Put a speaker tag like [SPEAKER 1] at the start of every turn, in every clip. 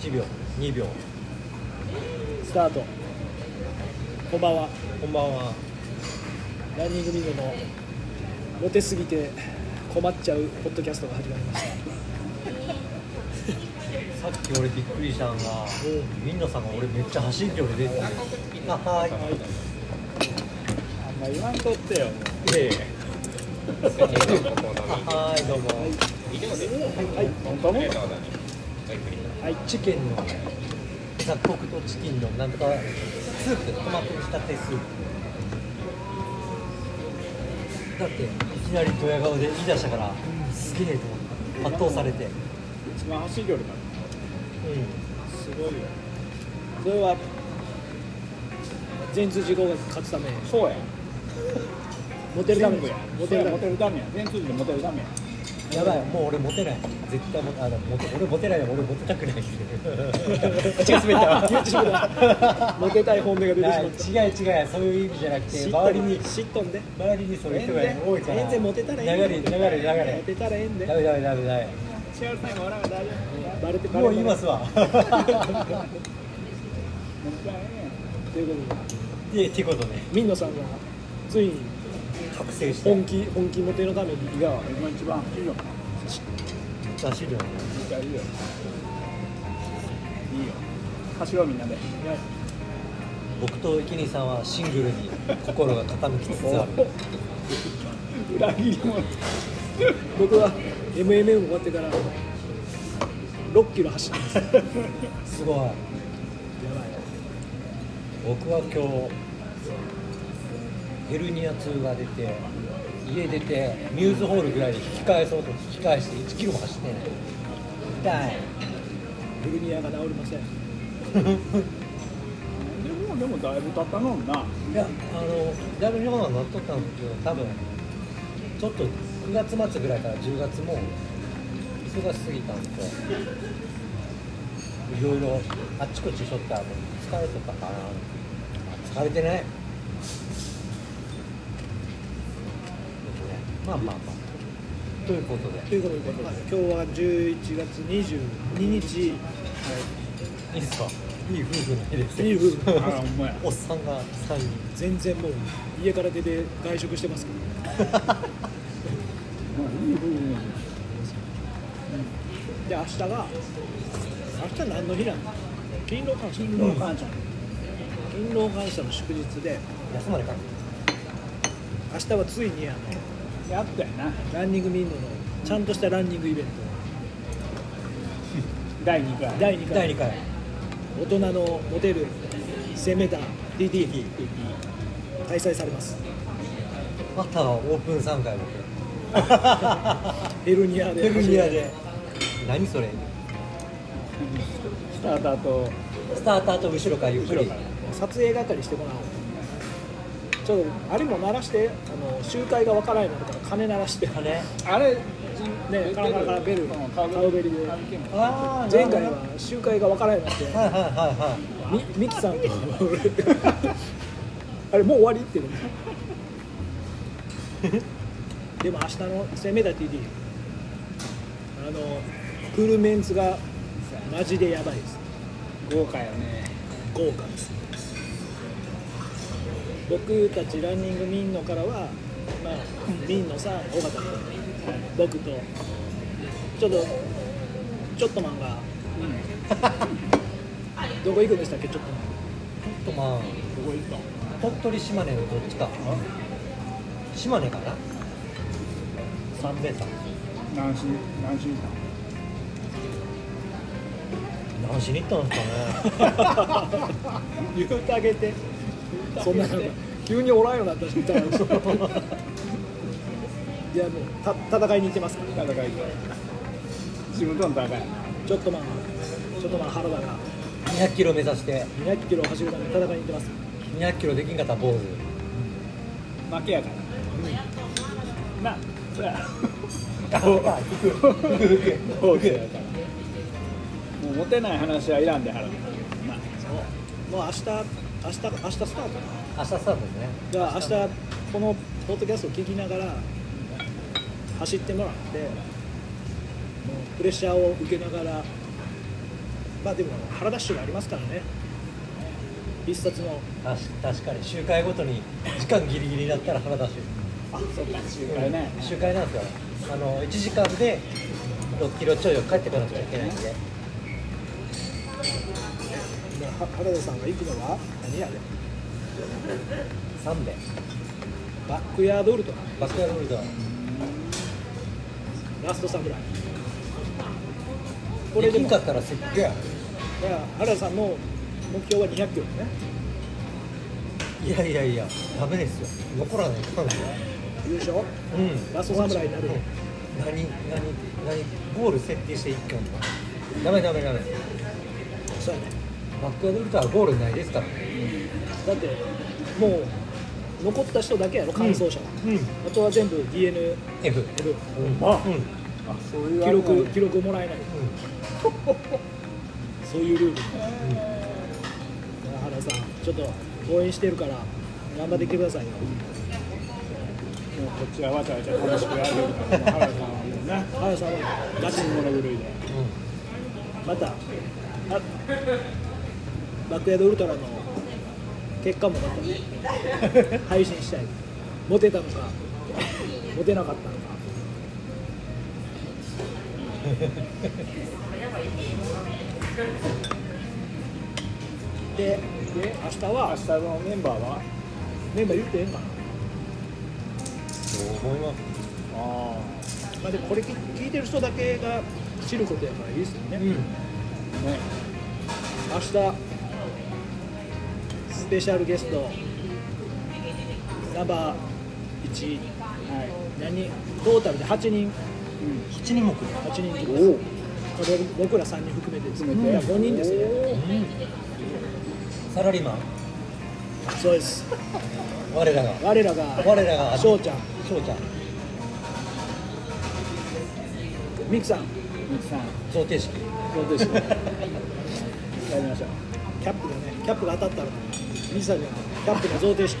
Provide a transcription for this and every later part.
[SPEAKER 1] 1秒2秒
[SPEAKER 2] スタートこんばんは
[SPEAKER 1] こんばんは
[SPEAKER 2] ランニングビデオのモテすぎて困っちゃうポッドキャストが始まりまし
[SPEAKER 1] さっき俺びっくりしたのがみんなさんが俺めっちゃ走って俺出てるあはーい
[SPEAKER 2] たあんま言わんとってよ
[SPEAKER 1] いえいえ
[SPEAKER 3] 次のここ
[SPEAKER 1] あ
[SPEAKER 3] の
[SPEAKER 1] はーいどうも
[SPEAKER 3] ビデオで
[SPEAKER 2] はい本当も
[SPEAKER 3] データだねはい
[SPEAKER 2] はい
[SPEAKER 1] チキンの雑穀とチキンのなんとかスープトマトに仕立てスープだっていきなりドヤ顔で言い出したからすげえと思って圧倒されてうん
[SPEAKER 2] 一番走るよりかすごいよそれは全通事項が勝つため
[SPEAKER 4] そうや
[SPEAKER 2] モテるためです
[SPEAKER 4] モ
[SPEAKER 2] モ
[SPEAKER 4] テ
[SPEAKER 2] テ
[SPEAKER 4] る
[SPEAKER 2] る
[SPEAKER 4] た
[SPEAKER 2] ため
[SPEAKER 4] めモテるためや全通じでモテる ためや
[SPEAKER 1] やばいもう俺モテない絶対モテあのモテ俺モテないよ俺モテたく ない口 が滑った
[SPEAKER 2] 言ってしまったモテたい本音が出てしまった
[SPEAKER 1] 違う違うそういう意味じゃなくて
[SPEAKER 2] 知っ
[SPEAKER 1] 周
[SPEAKER 2] と
[SPEAKER 1] りに
[SPEAKER 2] ん知っとんで
[SPEAKER 1] 周りにそういう人が多いから
[SPEAKER 2] 全然モテたらええ
[SPEAKER 1] 流れ流れ流
[SPEAKER 2] モ
[SPEAKER 1] れ
[SPEAKER 2] テたらええんで
[SPEAKER 1] ダメダメダメダメ
[SPEAKER 4] シェアルタイム笑う大丈夫
[SPEAKER 2] バレてバレて
[SPEAKER 1] もう言います わ。
[SPEAKER 2] ということで
[SPEAKER 1] で、ってことね、
[SPEAKER 2] ミンノさんがついに
[SPEAKER 1] 覚醒して。
[SPEAKER 2] 本気本気モテのために伊川
[SPEAKER 4] 今一番いいよ
[SPEAKER 1] 出しるよ。
[SPEAKER 4] いやいいよいいよ走ろうみんなで
[SPEAKER 1] 僕と池西さんはシングルに心が傾きつつある。
[SPEAKER 4] 裏切り者
[SPEAKER 2] 僕は MMM 終わってから6キロ走ってます
[SPEAKER 1] すごい。僕は今日。ヘルニア痛が出て。家出て、ミューズホールぐらいで引き返そうと引き返して、1キロも走ってない。
[SPEAKER 2] ヘルニアが治りません
[SPEAKER 1] 痛い。
[SPEAKER 4] でもでもだいぶ経ったのんない
[SPEAKER 1] や、あの、だいぶ日本はなっとったんですけど、多分ちょっと9月末ぐらいから10月も忙しすぎたんで、いろいろあっちこっちしょって、あの疲れとったかな、あ疲れてない。でもねまあまあまあ。ということで、
[SPEAKER 2] ということで、まあ、今日は11月22日い
[SPEAKER 1] いいですか、いい夫婦の日です
[SPEAKER 2] い夫婦
[SPEAKER 4] あらほんまや
[SPEAKER 1] おっさんが3人。
[SPEAKER 2] 全然もう家から出て外食してますけ
[SPEAKER 4] いい夫婦ね
[SPEAKER 2] どで明日が明日何の日なの勤労感謝勤
[SPEAKER 4] お母ちゃん
[SPEAKER 2] 勤労感謝の祝日で
[SPEAKER 1] 休まれか
[SPEAKER 2] 明日はついにあの
[SPEAKER 4] やったやな
[SPEAKER 2] ランニングミンドのちゃんとしたランニングイベン
[SPEAKER 4] 第2回
[SPEAKER 2] ト第2
[SPEAKER 1] 第
[SPEAKER 2] 回
[SPEAKER 1] 2回。
[SPEAKER 2] 大人のモテる生命団 DT 開催されます
[SPEAKER 1] またはオープン3回僕。
[SPEAKER 2] ヘルニアで
[SPEAKER 1] ヘルニアで何それ
[SPEAKER 4] スターターと
[SPEAKER 1] スターターと後ろからゆっく
[SPEAKER 2] 後ろ
[SPEAKER 1] り
[SPEAKER 2] から撮影係してもらおうちょっとあれも鳴らしてあの集会がわからないのだから鐘鳴らして
[SPEAKER 1] あれ
[SPEAKER 4] あれ
[SPEAKER 2] ねカラカラカラベル
[SPEAKER 4] うん
[SPEAKER 2] カウベルで
[SPEAKER 1] あー
[SPEAKER 2] 前
[SPEAKER 1] な
[SPEAKER 2] 回
[SPEAKER 1] るほ
[SPEAKER 2] は集会がわからないなって
[SPEAKER 1] どはいはいはいは
[SPEAKER 2] みミキさんとあれもう終わりっていうのでも明日の攻めだ TD あのフルメンツがマジでやばいです
[SPEAKER 4] 豪華やね
[SPEAKER 2] 豪華です僕たちランニングミンノからはまあミンノさん尾形君僕とちょっとちょっとマンがどこ行くんでしたっけちょっとマン
[SPEAKER 1] いちょっとまあ
[SPEAKER 4] どこ行った
[SPEAKER 1] 鳥取島根のどっちか島根かな三平さん
[SPEAKER 4] 何し何しに行った
[SPEAKER 1] 何しに行ったんです かね
[SPEAKER 2] 言うてあげてそんななんか急におらんようになったしみたいないやもうた戦いに行ってますから
[SPEAKER 4] 戦いで自分との戦い
[SPEAKER 2] ちょっとまあちょっとまあ原田が
[SPEAKER 1] 200キロ目指して
[SPEAKER 2] 200キロを走るために戦いに行ってます
[SPEAKER 1] 200キロできんかったら坊主
[SPEAKER 4] 負けやから、なそや
[SPEAKER 1] あ引く引く
[SPEAKER 4] 僕やからもうモテない話はいらんで払うな
[SPEAKER 2] そうもう明日明日明日スタート
[SPEAKER 1] 明日スタートですね
[SPEAKER 2] だから明日このポッドキャストを聞きながら走ってもらってもうプレッシャーを受けながらまあでも腹ダッシュがありますからね必殺の
[SPEAKER 1] 確確かに集会ごとに時間ギリギリになったら腹出し
[SPEAKER 2] あそうか
[SPEAKER 4] 集会ね
[SPEAKER 1] 集会なんですよあの1時間で6キロちょいを帰ってこなくちゃいけないんで
[SPEAKER 2] は原田さんが行くのは何やで
[SPEAKER 1] 3で
[SPEAKER 2] バックヤードウルトラ
[SPEAKER 1] バスケットボールだ
[SPEAKER 2] ラストサムライ
[SPEAKER 1] こ
[SPEAKER 2] こ
[SPEAKER 1] れ
[SPEAKER 2] れ
[SPEAKER 1] で
[SPEAKER 2] で
[SPEAKER 1] きん
[SPEAKER 2] も
[SPEAKER 1] か
[SPEAKER 2] だ
[SPEAKER 1] っ
[SPEAKER 2] か
[SPEAKER 1] たらすっげえ
[SPEAKER 2] ら原田さんの目標は200キロね
[SPEAKER 1] いやいやいやダメですよ残らないとダメですよ
[SPEAKER 2] 優勝
[SPEAKER 1] うん
[SPEAKER 2] ラスト侍になる
[SPEAKER 1] うん何何何ゴール設定していくのダメダメダメ
[SPEAKER 2] そうやね
[SPEAKER 1] バックヤードウルトラはゴールないですからね
[SPEAKER 2] だってもう残った人だけやろ完走者は、
[SPEAKER 1] うん
[SPEAKER 2] あとは全部 d n
[SPEAKER 1] F
[SPEAKER 2] f
[SPEAKER 1] うん
[SPEAKER 4] まあ
[SPEAKER 1] うん
[SPEAKER 4] あそういう
[SPEAKER 2] 記録
[SPEAKER 4] 記
[SPEAKER 2] 記録もらえない そういうルール原田さんちょっと応援してるから頑張っていってくださいよ
[SPEAKER 4] 録もうこっちはわちゃわちゃ楽しくやるからもう原田さんはもうね
[SPEAKER 2] 原田さんはガチ
[SPEAKER 4] ガチの物狂いで
[SPEAKER 2] またあバックヤードウルトラの結果もまた配信したいモテたのかモテなかったのかでで明日
[SPEAKER 4] 明
[SPEAKER 2] は
[SPEAKER 4] 日のメンバーは
[SPEAKER 2] メンバー言ってええんかな
[SPEAKER 1] うんどう思います
[SPEAKER 4] あ
[SPEAKER 2] まあ、でもこれ聞聞いてる人だけが知ることやからいいですよね、
[SPEAKER 1] う
[SPEAKER 4] あね
[SPEAKER 2] 明日スペシャルゲストナンバー1
[SPEAKER 4] はい
[SPEAKER 2] 何人トータルで8人
[SPEAKER 4] うん
[SPEAKER 1] ん七人も来る
[SPEAKER 2] 8人来
[SPEAKER 4] お
[SPEAKER 2] る
[SPEAKER 4] お
[SPEAKER 2] 僕ら3人含めてですね
[SPEAKER 4] 含めて
[SPEAKER 2] 5人ですね
[SPEAKER 1] サラリーマン
[SPEAKER 2] そうです
[SPEAKER 1] 我らが
[SPEAKER 2] 我らが
[SPEAKER 1] 我らが
[SPEAKER 2] 翔ちゃん
[SPEAKER 1] 翔ちゃん
[SPEAKER 2] ミクさん
[SPEAKER 4] ミキさん
[SPEAKER 1] 贈呈式
[SPEAKER 4] どうでしょうやりましょう
[SPEAKER 2] キャップがねキャップが当たったらミクさんじゃないキャップの贈呈式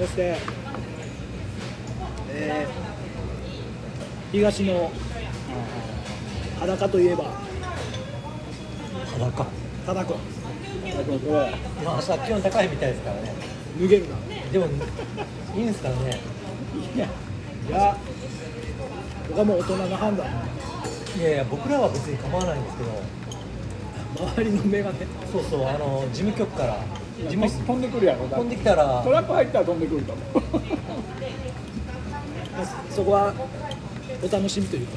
[SPEAKER 2] そして、えー東の裸といえば
[SPEAKER 1] 裸
[SPEAKER 2] 貞子
[SPEAKER 4] あとこれ
[SPEAKER 1] まあ明日気温高いみたいですからね
[SPEAKER 2] 脱げるな
[SPEAKER 1] でもいいんですかね
[SPEAKER 4] いや
[SPEAKER 2] いや僕はもう大人の判断
[SPEAKER 1] いやいや僕らは別に構わないんですけど
[SPEAKER 2] 周りの目がね
[SPEAKER 1] そうそうあの事務局から事
[SPEAKER 4] い
[SPEAKER 1] 務
[SPEAKER 4] や
[SPEAKER 1] 室
[SPEAKER 4] 飛んでくるやろだ
[SPEAKER 1] 飛
[SPEAKER 4] っ
[SPEAKER 1] ん
[SPEAKER 4] て
[SPEAKER 1] できたら
[SPEAKER 4] トラップ入ったら飛んでくると思う
[SPEAKER 2] そこはお楽しみというか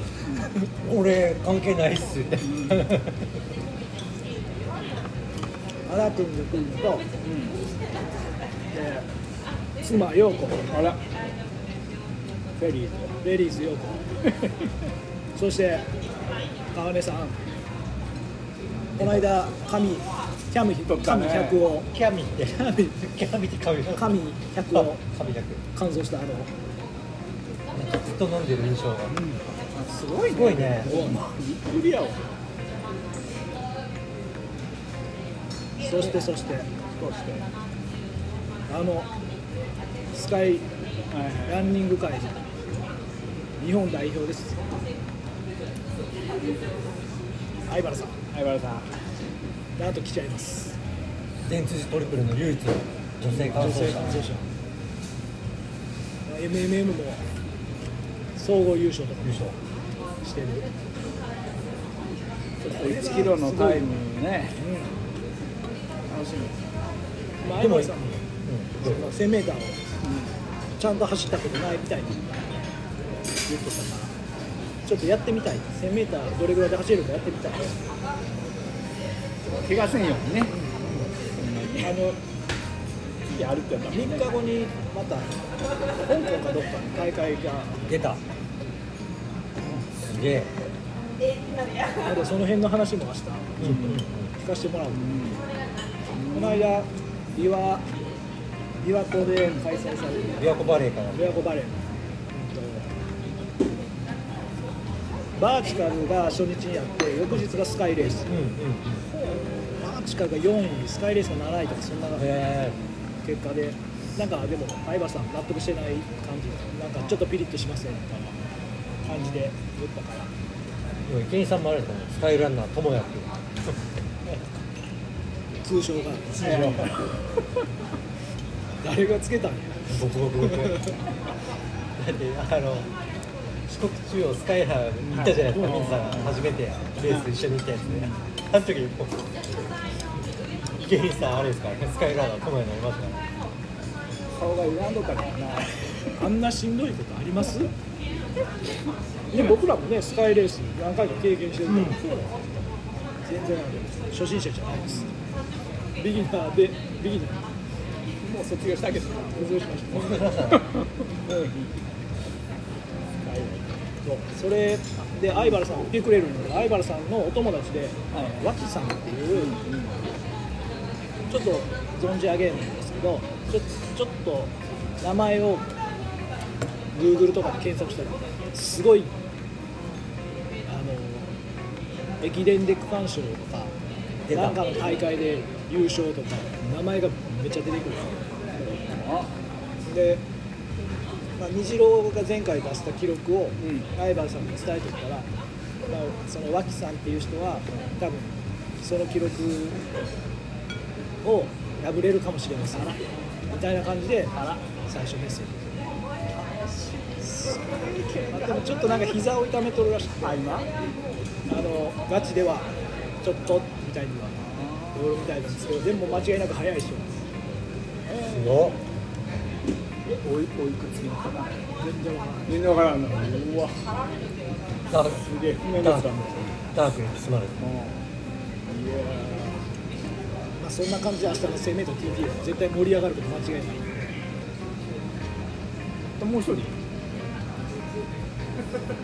[SPEAKER 1] 俺関係ないっすって
[SPEAKER 2] 原君と君と、えー妻陽子
[SPEAKER 4] あらフェリーと
[SPEAKER 2] レディーズ陽子 そして川根さんこの間神キャム
[SPEAKER 4] 撮った
[SPEAKER 2] 神
[SPEAKER 4] ね
[SPEAKER 2] 100を
[SPEAKER 1] キャミって
[SPEAKER 2] キャミ
[SPEAKER 1] キャミって神だ
[SPEAKER 2] 神100を
[SPEAKER 1] 神だけ
[SPEAKER 2] 完走したあの
[SPEAKER 1] なんかずっと飲んでる印象が
[SPEAKER 4] すごい
[SPEAKER 1] すごいね
[SPEAKER 4] おまあびっくりやわ
[SPEAKER 2] そしてそして
[SPEAKER 4] そしては
[SPEAKER 2] あのスカイ
[SPEAKER 4] いはい
[SPEAKER 2] ランニング会日本代表です相原さん
[SPEAKER 4] 相原さん
[SPEAKER 2] あと来ちゃいます
[SPEAKER 1] 全通じトリプルの唯一の女性感
[SPEAKER 2] 女
[SPEAKER 1] 想
[SPEAKER 2] 性
[SPEAKER 1] 者
[SPEAKER 2] 完走者 MMM も総合優勝とか
[SPEAKER 1] 優勝
[SPEAKER 2] もしてる
[SPEAKER 4] ちょっと1キロのタイムね楽しみ
[SPEAKER 2] まあ
[SPEAKER 1] で
[SPEAKER 2] 相
[SPEAKER 1] も
[SPEAKER 2] 原さんも
[SPEAKER 1] うん
[SPEAKER 2] その 1000m をちゃんと走ったことないみたいな言ってたからちょっとやってみたい 1000m どれぐらいで走れるかやってみたい
[SPEAKER 4] 怪我せんようにね
[SPEAKER 2] あの
[SPEAKER 4] いや歩いてたもんね
[SPEAKER 2] 3日後にまた香港かどっかの大会が
[SPEAKER 1] 出たすげえ
[SPEAKER 2] まだその辺の話も明日
[SPEAKER 1] うんうん
[SPEAKER 2] 聞かせてもらうと
[SPEAKER 4] う
[SPEAKER 2] この間琵琶琵琶湖で開催される
[SPEAKER 1] 琵琶湖バレーから
[SPEAKER 2] 琵琶湖バレーの、うんとバーチカルが初日にやって翌日がスカイレース
[SPEAKER 1] うんうんうん
[SPEAKER 2] バーチカルが4位スカイレースが7位とかそんな
[SPEAKER 1] へ
[SPEAKER 2] 結果でなんかでも相葉さん納得してない感じなんかちょっとピリッとしますよみたいな感じで言ったから
[SPEAKER 1] もう池井さんもあれですねスカイランナー友也っていう
[SPEAKER 2] 通称が誰がつけたんや
[SPEAKER 1] ボクボクボクだってあの四国中央スカイハー行ったじゃないですか、みんなが初めてレース一緒に行ったやつで、あの時もう池井さんあれですからねスカイランナー友也になりますからね
[SPEAKER 4] 顔が歪んどったからな
[SPEAKER 2] あんなしんどいことありますで僕らもねスカイレース何回か経験してるから、全然初心者じゃないですビギナーでビギナー
[SPEAKER 4] もう卒業したけど
[SPEAKER 2] 卒業しました
[SPEAKER 1] 僕がさ
[SPEAKER 2] そうそれで相原さん来てくれるんで相原さんのお友達で、
[SPEAKER 4] はい
[SPEAKER 2] 脇さんっていう、ちょっと存じ上げるんですけどちょちょっと名前を Google とかで検索したらすごいあの駅伝で区間賞とか
[SPEAKER 1] 出た
[SPEAKER 2] なんかの大会で優勝とか名前がめっちゃ出てくるんですよ
[SPEAKER 4] あ
[SPEAKER 2] で、まあ、虹郎が前回出した記録を
[SPEAKER 4] ん
[SPEAKER 2] 相原さんに伝えてったら、まあ、その脇さんっていう人は多分その記録を破れるかもしれませんみたいな感じで最初メッセージすごいけどなでもちょっとなんか膝を痛めとるらしくてあのガチではちょっとみたいにはボールみたいなんですけどでも間違いなく速い人です
[SPEAKER 1] すごっ
[SPEAKER 4] おいおいくつのかな
[SPEAKER 2] 全然わからない
[SPEAKER 4] 全然わからんのうわ
[SPEAKER 1] ダーク
[SPEAKER 4] すげえ
[SPEAKER 1] ダークダークに包まれて
[SPEAKER 4] うんいや
[SPEAKER 2] まあ、そんな感じで明日の生命と TT は絶対盛り上がること間違いない
[SPEAKER 4] ーもう一人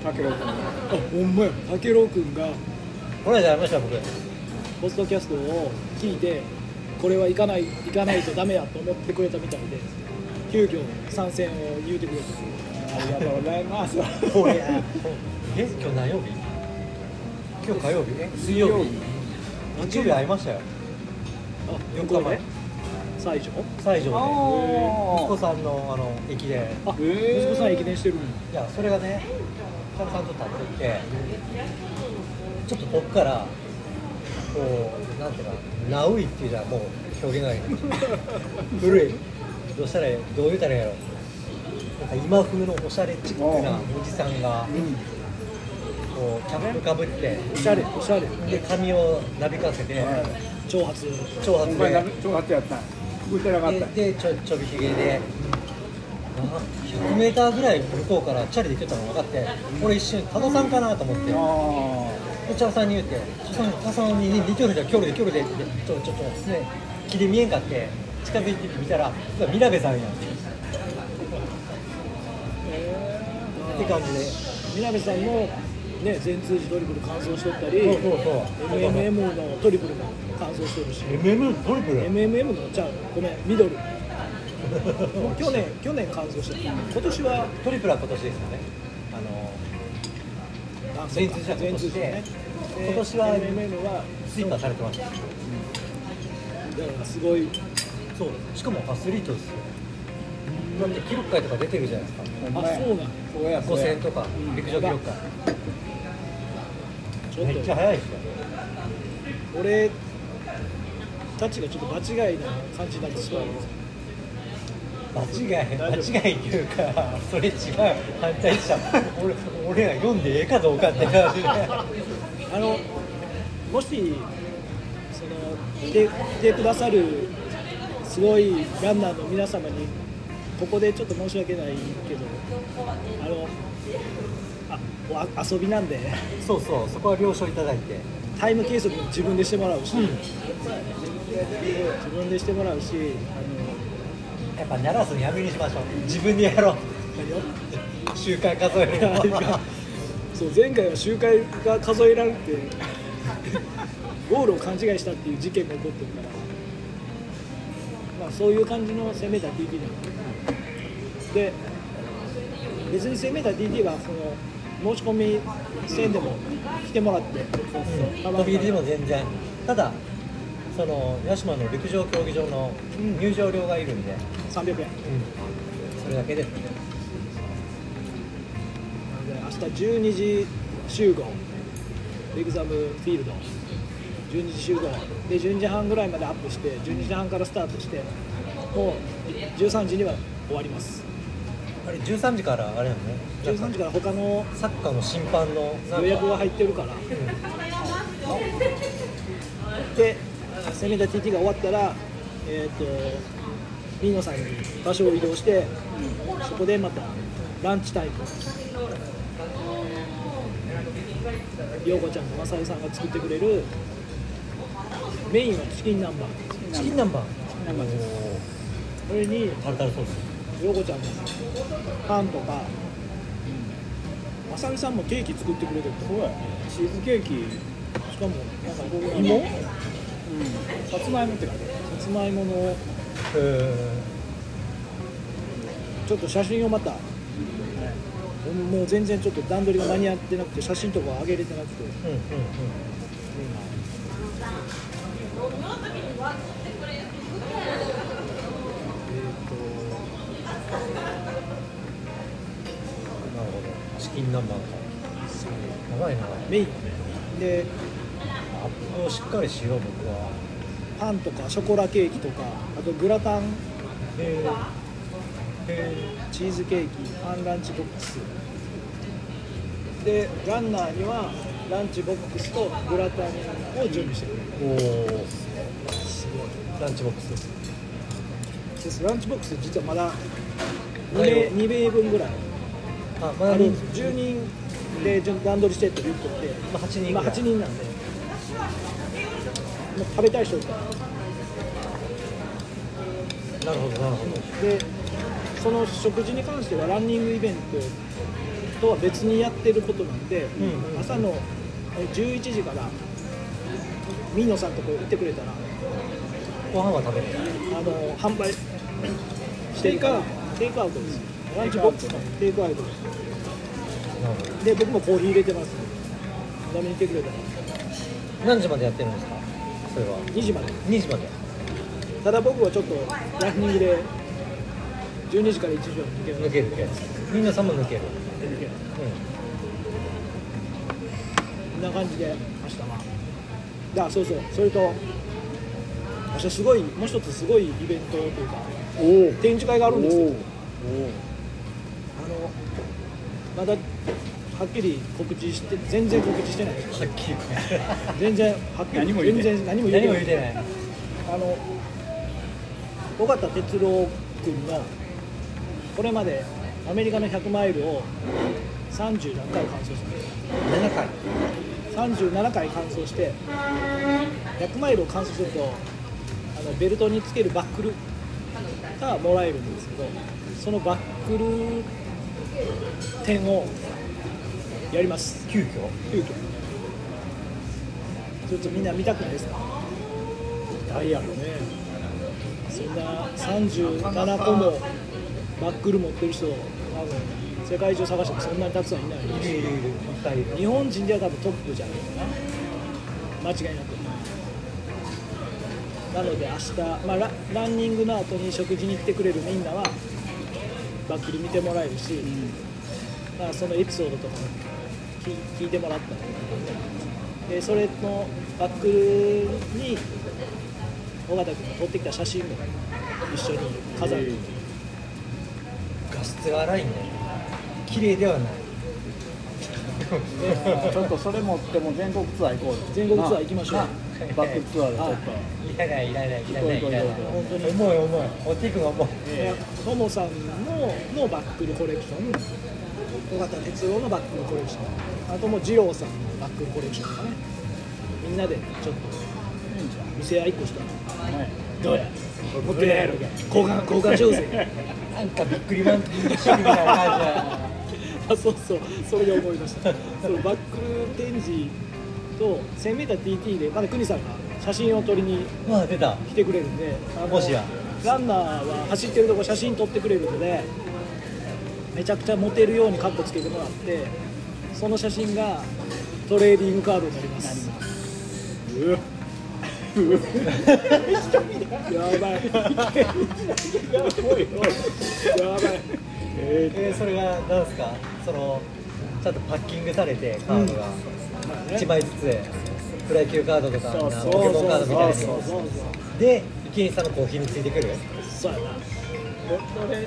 [SPEAKER 4] 竹郎君
[SPEAKER 2] あほんまや武郎君が
[SPEAKER 1] この間会いました僕
[SPEAKER 2] ポストキャストを聞いてこれは行かない行かないとダメやと思ってくれたみたいで急遽参戦を言うてくれ
[SPEAKER 4] ありがとうございます
[SPEAKER 1] これえ今日何曜日今日火曜日え水曜日日曜日会いましたよ
[SPEAKER 2] たあ
[SPEAKER 1] 4日前
[SPEAKER 2] 西条
[SPEAKER 1] 西条で息
[SPEAKER 4] あ
[SPEAKER 1] 子さんのあの駅で
[SPEAKER 2] あ、
[SPEAKER 4] へー
[SPEAKER 2] 息子さん駅伝してるんや
[SPEAKER 1] いやそれがねちゃんと立っててちょっとこっからこうなんていうかナウイっていうじゃもう表現がいい古いどうしたらいいどう言うたらいいやろなんか今風のおしゃれチックなおじさんがこうキャップかぶって
[SPEAKER 2] おしゃれおしゃれ
[SPEAKER 1] で髪をなびかせて
[SPEAKER 2] 長髪
[SPEAKER 1] 長
[SPEAKER 4] お
[SPEAKER 1] 髪
[SPEAKER 4] 前
[SPEAKER 1] で
[SPEAKER 4] ダメちょっと待ってやったんくぐってなかったん
[SPEAKER 1] ででちょちょびひげで 100m ぐらい向こうからチャリで行ってたの分かって俺一瞬多田さんかなと思って
[SPEAKER 4] あ
[SPEAKER 1] お茶さんに言うて「さん母さんに似てるじゃん距離で距離で」ってちょちょっとね気で見えんかって近づいてみたら「うわミラベさんや」って感じで
[SPEAKER 2] 南さんもね全通じドリブル完走しとったり
[SPEAKER 1] そうそうそう
[SPEAKER 2] MMM のトリプルも完走しとるし
[SPEAKER 1] MM トリプ
[SPEAKER 2] MMM のじゃあごめんミド ルもう去年去年完走してた今年は
[SPEAKER 1] トリプルは今年ですよねあの
[SPEAKER 2] あ
[SPEAKER 1] 全通じゃ今年で今年は
[SPEAKER 2] MMM は
[SPEAKER 1] スイーパーされてました
[SPEAKER 2] だからすごい
[SPEAKER 1] そうしかもアスリートですよだって記録会とか出てるじゃないですか
[SPEAKER 4] あ
[SPEAKER 2] あそうなんや
[SPEAKER 4] そうやそうや
[SPEAKER 1] 5000とか陸上記録
[SPEAKER 2] ちょ
[SPEAKER 1] 会めっ
[SPEAKER 2] っ
[SPEAKER 1] ちゃ
[SPEAKER 2] と
[SPEAKER 1] 速いですよ
[SPEAKER 2] 俺たちがちょっと間違いな感じになってしまうんです
[SPEAKER 1] 間違い間違いっていうかそれ違う反対した 俺俺ら読んでええかどうかって感じで
[SPEAKER 2] あのもしその来て来てくださるすごいランナーの皆様にここでちょっと申し訳ないけどあのあおあ遊びなんで
[SPEAKER 1] そうそうそこは了承いただいて
[SPEAKER 2] タイム計測も自分でしてもらうし、自分でしてもらうしあ
[SPEAKER 1] やっぱ鳴らすのやめにしましょう自分でやろう
[SPEAKER 2] の何よ
[SPEAKER 1] 週間数えるの
[SPEAKER 2] そう前回は周回が数えられてゴールを勘違いしたっていう事件が起こってるから、まあ、そういう感じの攻めた DT なので別に攻めた DT はその申し込みせんでも来てもらって
[SPEAKER 1] 飛び切りでも全然ただその八島の陸上競技場の入場料がいるんで、
[SPEAKER 2] 300円
[SPEAKER 1] それだけですね
[SPEAKER 2] なので明日12時集合レグザムフィールド12時集合で12時半ぐらいまでアップして12時半からスタートしてもう13時には終わります
[SPEAKER 1] あれ13時からあれやね
[SPEAKER 2] 13時から他の
[SPEAKER 1] サッカーの審判のなんか
[SPEAKER 2] 予約が入ってるからでセミダ TT が終わったらえっ、とミーノさんに場所を移動して、そこでまたランチタイム陽子ちゃんとマサイさんが作ってくれるメインはチキン南蛮
[SPEAKER 1] チキン南蛮
[SPEAKER 2] 南蛮です
[SPEAKER 1] お
[SPEAKER 2] それに
[SPEAKER 1] ータルタルソース
[SPEAKER 2] 陽子ちゃんのパンとかまさみさんもケーキ作ってくれてる
[SPEAKER 4] そうやねチーズケーキ、うん、
[SPEAKER 2] としかもなんか僕ら
[SPEAKER 4] 芋さつまいもって書いてある
[SPEAKER 2] さつまいもの
[SPEAKER 1] え
[SPEAKER 2] ちょっと写真をまた、はいもう全然ちょっと段取りが間に合ってなくて写真とか上げれてなくて
[SPEAKER 1] ーうんうんうんなるほど。チキン南蛮か。やばいな。
[SPEAKER 2] メインで
[SPEAKER 1] アップをしっかりしよう、僕は。
[SPEAKER 2] パンとかショコラケーキとかあとグラタン
[SPEAKER 1] えー、え
[SPEAKER 2] チーズケーキパンランチボックスでランナーにはランチボックスとグラタンを準備してくれる
[SPEAKER 1] ー、おお。ランチボックス。
[SPEAKER 2] ですランチボックス実はまだ2
[SPEAKER 1] はい
[SPEAKER 2] 名
[SPEAKER 1] よ
[SPEAKER 2] ,2 名分ぐらい
[SPEAKER 1] あ、
[SPEAKER 2] あ
[SPEAKER 1] ま
[SPEAKER 2] の
[SPEAKER 1] だ人数
[SPEAKER 2] 10人で順段取りしてって言ってて
[SPEAKER 1] まあ、8人ぐらい。
[SPEAKER 2] 今8人なんで、もう食べたい人とか
[SPEAKER 1] なるほど、なるほど。
[SPEAKER 2] でその食事に関してはランニングイベントとは別にやってることなんで、
[SPEAKER 1] うんうん
[SPEAKER 2] 朝のえ11時からミーノさんとこ行ってくれたら
[SPEAKER 1] ご飯は食べれる。
[SPEAKER 2] あの販売していかテイクアウトですランチボックスのテイクアウトです
[SPEAKER 1] なるほど。
[SPEAKER 2] で僕もコーヒー入れてます飲みに来てくれたら
[SPEAKER 1] 何時までやってるんですか。それは。
[SPEAKER 2] 2時まで
[SPEAKER 1] 2時まで。
[SPEAKER 2] ただ僕はちょっとランニングで12時から1時は抜ける
[SPEAKER 1] 抜ける、抜ける。みんなさんも抜ける。
[SPEAKER 2] 抜け
[SPEAKER 1] う
[SPEAKER 2] るこんな感じで明日はだそうそうそれと明日すごいもう一つすごいイベントというか
[SPEAKER 4] お
[SPEAKER 2] 展示会があるんですよあのまだはっきり告知して全然告知してない
[SPEAKER 1] ん。はっきり
[SPEAKER 2] 全然はっきり
[SPEAKER 4] 何も言うてない
[SPEAKER 2] 全然何も言
[SPEAKER 1] 何
[SPEAKER 2] うて
[SPEAKER 1] も言
[SPEAKER 2] ない
[SPEAKER 1] ってない。
[SPEAKER 2] あの尾形哲郎君のこれまでアメリカの100マイルを30何回完走してる
[SPEAKER 1] 7回。
[SPEAKER 2] 37回完走して100マイルを完走するとあのベルトにつけるバックルがもらえるんですけどそのバックル点をやります
[SPEAKER 1] 急遽。
[SPEAKER 2] 急遽ちょっとみんな見たくないですかダイヤルねそんな37個もバックル持ってる人多分世界中探してもそんなにたくさんいない
[SPEAKER 1] いるいるいる。いっぱいいる。
[SPEAKER 2] 日本人では多分トップじゃないかな間違いなくなので明日、まあ、ラランニングの後に食事に来てくれるみんなはバックル見てもらえるし、まあ、そのエピソードとかも聞聞いてもらったのででそれのバックルに尾形君が撮ってきた写真も一緒に飾る、
[SPEAKER 1] 画質が荒いね。綺麗ではない。
[SPEAKER 4] ちょっとそれ持っても全国ツアー行こうよ
[SPEAKER 2] 全国ツアー行きましょう
[SPEAKER 4] ななバックツアーでちょっと
[SPEAKER 1] いらないいらないいらないいらない
[SPEAKER 2] 本当に
[SPEAKER 1] 重い重い持っていくの重い
[SPEAKER 4] え
[SPEAKER 2] トモさんののバックルコレクション尾形哲郎のバックルコレクションあともう二郎さんのバックルコレクションとかねみんなでちょっと
[SPEAKER 4] えいいんじ
[SPEAKER 2] 見せ合いっこしたら
[SPEAKER 4] ゃんね
[SPEAKER 2] どうや持ってやろうか交換交換上手
[SPEAKER 1] なんかびっくりマンキーみたいな感じだ
[SPEAKER 2] あ そうそうそれで思いましたそのバックル展示と 1000m TT でまだ邦さんが写真を撮りに
[SPEAKER 1] なわあ出た
[SPEAKER 2] 来てくれるんであの
[SPEAKER 1] もしや
[SPEAKER 2] ランナーは走ってるとこ写真撮ってくれるのでめちゃくちゃモテるようにカッコつけてもらってその写真がトレーディングカードになります
[SPEAKER 4] うわ
[SPEAKER 2] やばいやばいやばい
[SPEAKER 4] え
[SPEAKER 1] えー、それがなんすかそのちゃんとパッキングされてカードが、 1枚ずつプロ野球カードとか
[SPEAKER 2] そう
[SPEAKER 1] な
[SPEAKER 2] そう
[SPEAKER 1] ポケモンカードみたいな
[SPEAKER 2] そうそうそう
[SPEAKER 1] ので池井さんのコーヒーについてくる
[SPEAKER 2] そうやな
[SPEAKER 4] ここれあ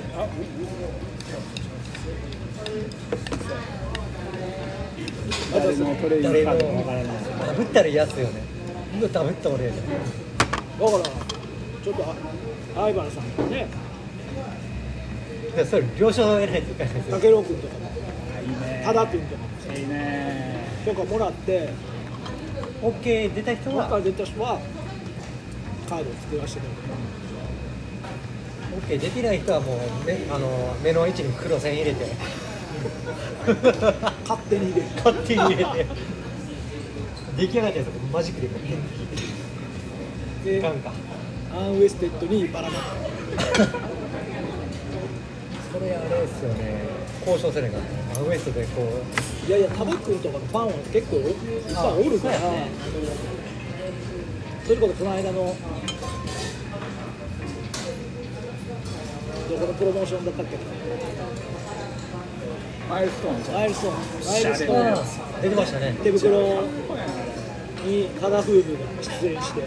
[SPEAKER 4] 誰のトレイ
[SPEAKER 1] 誰
[SPEAKER 4] ン
[SPEAKER 1] も
[SPEAKER 4] カードかわからない
[SPEAKER 1] ダブったら嫌っすよねほんとダブった俺やね
[SPEAKER 2] だからちょっとあ相原さんとかね
[SPEAKER 1] いやそれ了承得ないといけないですよ
[SPEAKER 2] 武郎君とかも
[SPEAKER 4] いいね
[SPEAKER 2] 多田君とかも
[SPEAKER 4] いいね
[SPEAKER 2] とかもらって
[SPEAKER 1] OK 出た人
[SPEAKER 2] 今
[SPEAKER 1] は
[SPEAKER 2] 回出た人はカードを作らせてくれ
[SPEAKER 1] OK
[SPEAKER 2] る
[SPEAKER 1] できない人はもう目あの目の位置に黒線入れて
[SPEAKER 2] 勝手に入れる
[SPEAKER 1] 勝手に入れて出来上がったやつをマジックでこうペンキい
[SPEAKER 2] で
[SPEAKER 1] かんか
[SPEAKER 2] アンウエステッドにばらまく
[SPEAKER 1] それあれですよね交渉せねえから真上手でこう
[SPEAKER 2] いやいや多田君とかのファンは結構いっぱいおるから
[SPEAKER 1] あそうやね
[SPEAKER 2] それこそこの間のどこのプロモーションだったっけ
[SPEAKER 4] マイルストーンじゃん
[SPEAKER 2] アイルストーンアイルストー
[SPEAKER 4] おしゃれな
[SPEAKER 2] ン
[SPEAKER 4] やつ
[SPEAKER 1] 出てましたね
[SPEAKER 2] 手袋
[SPEAKER 4] ここやな
[SPEAKER 2] に加田夫婦が出演して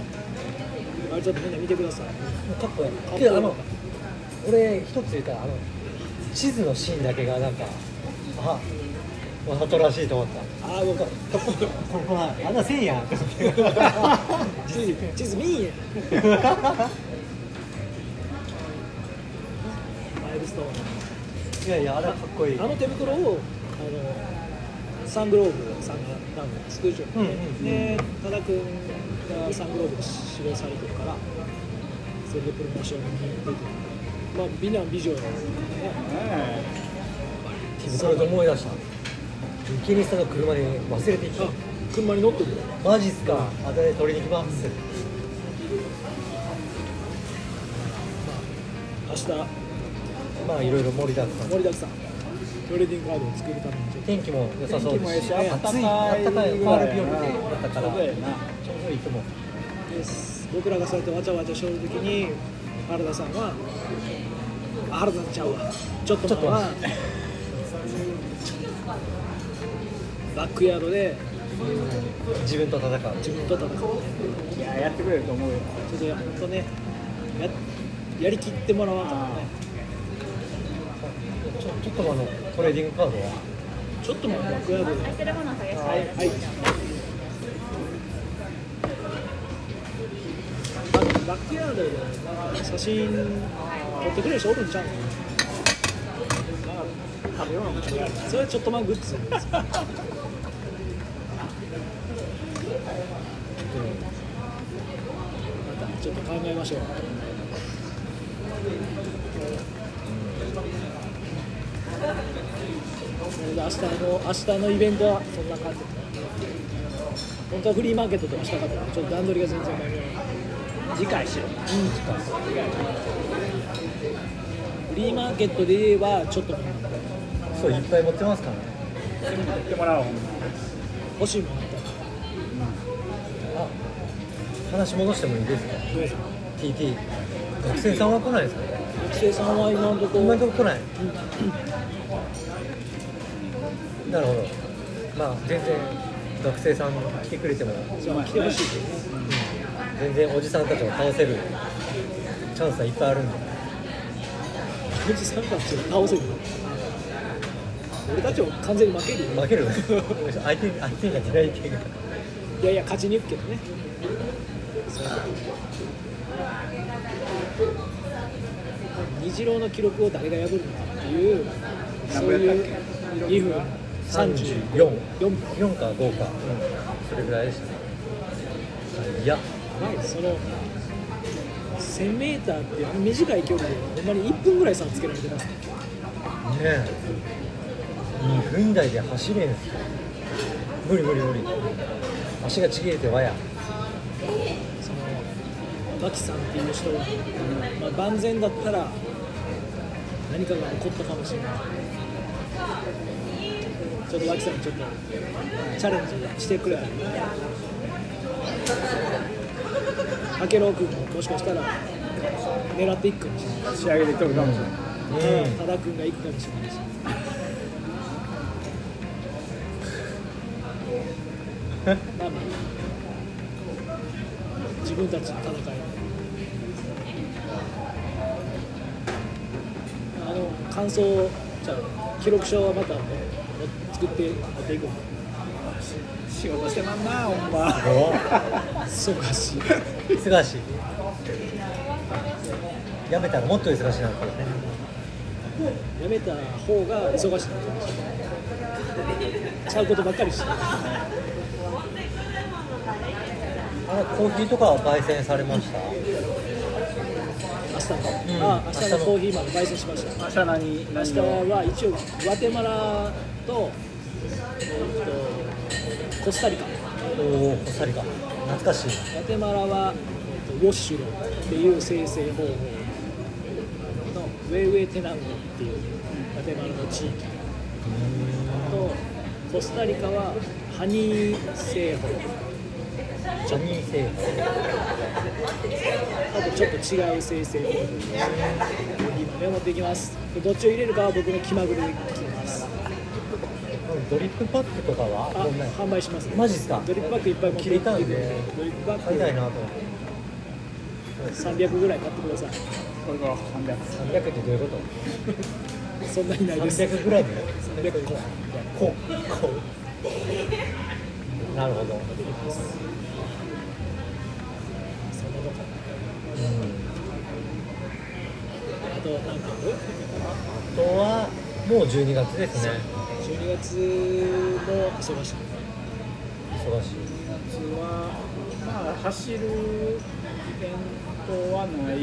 [SPEAKER 2] あれちょっとみんな見てください
[SPEAKER 1] かっこいい
[SPEAKER 2] こいい
[SPEAKER 1] けどあの俺一つ言ったらあの地図のシーンだけがなんかあわざとらしいと思った
[SPEAKER 2] ああ僕は
[SPEAKER 1] ここはあんなせんやんと思って
[SPEAKER 2] 地図地図見んやマイルストー
[SPEAKER 1] いやいやあれはかっこいい
[SPEAKER 2] ンあの手袋をあのサングローブさんがなんか作るじゃん
[SPEAKER 1] うんうん
[SPEAKER 2] で多田君がサングローブを使用されてるからそれでプロモーションに出てるまあ美男美女のね
[SPEAKER 4] ね
[SPEAKER 1] それで思い出した池西さんの車に忘れていった
[SPEAKER 2] あ車に乗ってるよ
[SPEAKER 1] マジっすか後で取りに行きます
[SPEAKER 2] 明日
[SPEAKER 1] まあいろいろ盛りだくさん
[SPEAKER 2] 盛りだくさんトレーディングカードを作るためにちょっと
[SPEAKER 1] 天気も良さ
[SPEAKER 4] 天
[SPEAKER 1] そう
[SPEAKER 4] 気
[SPEAKER 1] で
[SPEAKER 4] も
[SPEAKER 1] す
[SPEAKER 4] ええ
[SPEAKER 1] し
[SPEAKER 4] し
[SPEAKER 1] 暑い暖
[SPEAKER 4] 暖
[SPEAKER 1] か
[SPEAKER 4] か
[SPEAKER 1] い
[SPEAKER 4] い
[SPEAKER 1] ファール日
[SPEAKER 4] ぐ
[SPEAKER 1] 和
[SPEAKER 4] らいやな
[SPEAKER 1] だったから
[SPEAKER 4] ちょうどええな
[SPEAKER 1] ちょうどいいと思う
[SPEAKER 2] です僕らがそうやってわちゃわちゃしてる時に原田さんは「あ原田さんちゃうわちょっと前は
[SPEAKER 1] ち」
[SPEAKER 2] バックヤードで
[SPEAKER 1] 自分と戦う
[SPEAKER 2] 自分と戦ってちょ
[SPEAKER 4] いややってくれると思うよ
[SPEAKER 2] っとやっとねややりきってもらわんとね
[SPEAKER 1] ちょちょっとあのトレーディングカードは
[SPEAKER 2] ちょっと前のバックヤードで
[SPEAKER 5] 空いてるもの探して。
[SPEAKER 2] はいはいあのバックヤードでなんか写真撮ってくれる人おるんちゃう
[SPEAKER 4] 食べ物も違う
[SPEAKER 2] それはちょっと前グッズですま たちょっと考えましょう。それで明日の明日のイベントはそんな感じ。本当はフリーマーケットとかしたかったけどちょっと段取りが全然間に合わない。
[SPEAKER 4] 次回しろ
[SPEAKER 2] フリーマーケットで言えばちょっと
[SPEAKER 1] そういっぱい持ってますからね
[SPEAKER 4] 全部買ってもらおうほんま
[SPEAKER 2] 欲しいものあったら
[SPEAKER 1] あ話戻してもいいですか
[SPEAKER 2] どうぞ。
[SPEAKER 1] TT 学生さんは来ないですかね
[SPEAKER 2] 学生さんは今のとこ
[SPEAKER 1] 今
[SPEAKER 2] ろ
[SPEAKER 1] んとこ来ないなるほどまあ全然学生さん来てくれても
[SPEAKER 2] そう来てほしいけどね。
[SPEAKER 1] 全然おじさんたちを倒せるチャンスはいっぱいあるんで
[SPEAKER 2] おじさんたちを倒せる俺たちを完全に負けるよ
[SPEAKER 1] 負け る相手相手が嫌い手が
[SPEAKER 2] いやいや勝ちに行くけどねそう虹郎の記録を誰が破るのかっていうそういう2分34
[SPEAKER 1] 34
[SPEAKER 2] 分
[SPEAKER 1] 4か5か、うん、それぐらいでしたねいや
[SPEAKER 2] 前その 1000m ってあの短い距離でほんまに1分ぐらい差をつけられてた
[SPEAKER 1] ねえ2分台で走れんすよ無理無理無理足がちぎれてわや
[SPEAKER 2] その牧さんっていう人が、まあ、万全だったら何かが起こったかもしれないちょっと脇さんにちょっとチャレンジしてくれタケロウ君ももしかしたら狙っていくかもしれ
[SPEAKER 4] 仕上げで取るかもしれない、
[SPEAKER 2] ない多田君が行くかもしれないし分たちの戦いあの感想じゃあ記録書はまた作って持っていく
[SPEAKER 4] 仕事してまんなほんま
[SPEAKER 2] そうかし
[SPEAKER 1] 忙しいやめたらもっと忙しいなるからね
[SPEAKER 2] やめた方が忙しいなって思いましたちゃうことばっかりして
[SPEAKER 1] あのコーヒーとかは焙煎されました
[SPEAKER 2] 明日の、
[SPEAKER 1] うん
[SPEAKER 2] あ明日のコーヒー豆焙煎しました
[SPEAKER 4] 明日何
[SPEAKER 2] 明日は一応グアテマラと,、えっとコスタリカ
[SPEAKER 1] おおコスタリカ懐かしい
[SPEAKER 2] ガテマラは、えっとウォッシュロっていう生成方法のウェイウェイテナンゴっていうガテマラの地域とコスタリカはハニー製法
[SPEAKER 1] なジャニー製
[SPEAKER 2] あとちょっと違う生成方法今メモっていきますでどっちを入れるかは僕の気まぐれで決めます
[SPEAKER 1] ドリップパックとかは
[SPEAKER 2] あ
[SPEAKER 1] こんな
[SPEAKER 2] 販売します
[SPEAKER 1] マジっすか
[SPEAKER 2] ドリップバッグいっぱい持って
[SPEAKER 1] 切れたんで
[SPEAKER 2] ドリップバ
[SPEAKER 1] 買いたいな
[SPEAKER 2] ッ
[SPEAKER 1] と
[SPEAKER 2] グ
[SPEAKER 1] 思って
[SPEAKER 2] 300ぐらい買ってください
[SPEAKER 4] これから300
[SPEAKER 1] 300ってどういうこと
[SPEAKER 2] そんなにないです
[SPEAKER 1] 300グラム
[SPEAKER 2] 300個
[SPEAKER 1] こうこうなるほど、
[SPEAKER 2] そんなとこ
[SPEAKER 1] うん、
[SPEAKER 2] あと何か
[SPEAKER 1] あとはもう12月ですね
[SPEAKER 2] 12月も忙しい
[SPEAKER 1] 忙しい
[SPEAKER 4] 月はまあ走るイベントはない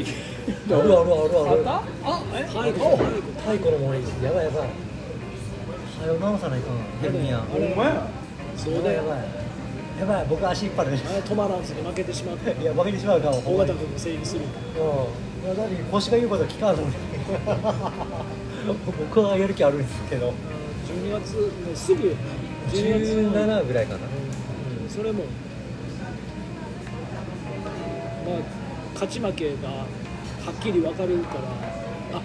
[SPEAKER 1] あるあるあるある
[SPEAKER 4] あったあえ
[SPEAKER 2] はい
[SPEAKER 1] お太古の森やばいやばいはよ直さないかんヘルニア
[SPEAKER 4] ほんまや
[SPEAKER 2] そうだ
[SPEAKER 1] や
[SPEAKER 2] よ
[SPEAKER 1] ばいやばい僕足引っ張る ね
[SPEAKER 2] あれ止まらんずに負けてしまって
[SPEAKER 1] いや負けてしまうかも
[SPEAKER 2] 大
[SPEAKER 1] ほんま
[SPEAKER 2] 型
[SPEAKER 1] に
[SPEAKER 2] 君も整理する
[SPEAKER 1] うんいやだって腰が言うこと聞かんのに 僕はやる気あるんですけど
[SPEAKER 2] 12月もうすぐよ12月の
[SPEAKER 1] 17ぐらいかな
[SPEAKER 2] それもまあ勝ち負けがはっきり分かるからあ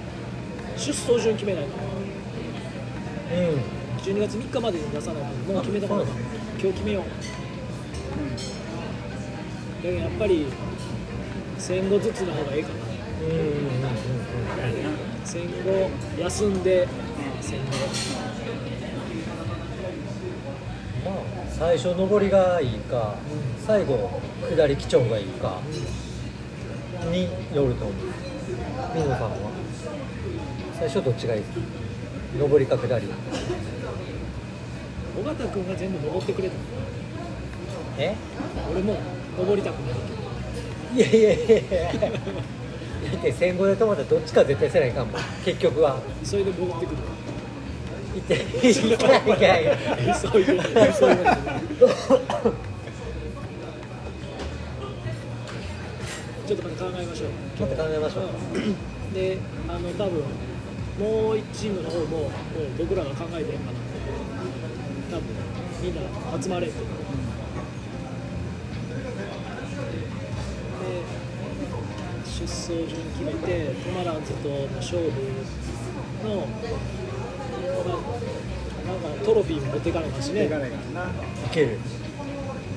[SPEAKER 2] 出走順決めないと
[SPEAKER 1] うん
[SPEAKER 2] 12月3日までに出さないともう決めたから
[SPEAKER 1] あそうで
[SPEAKER 2] 今日決めようだけどやっぱり戦後ずつの方がいいかな
[SPEAKER 1] うんうんうんうん
[SPEAKER 2] 戦後休んで戦後
[SPEAKER 1] まあ最初上りがいいか、最後下り基調がいいかによると思う水野さんは最初どっちがいいですか上りか下り
[SPEAKER 2] 尾形君が全部登ってくれた
[SPEAKER 1] え
[SPEAKER 2] 俺も登りたくないけ
[SPEAKER 1] いやいやいやいやだって戦後で止まったらどっちか絶対せないかんもん結局は
[SPEAKER 2] ど急いで戻ってくる
[SPEAKER 1] いっていけないいけない
[SPEAKER 2] 急いで急いでちょっとまた考えましょう
[SPEAKER 1] ちょっと考えましょう
[SPEAKER 2] うんであの多分もう1チームの方ももう僕らが考えてるかな多分みんな集まれってで出走順決めてトマランズとの勝負の、まあ、なんかトロフィーも持っていかないかしね
[SPEAKER 4] 行かないからない
[SPEAKER 1] ける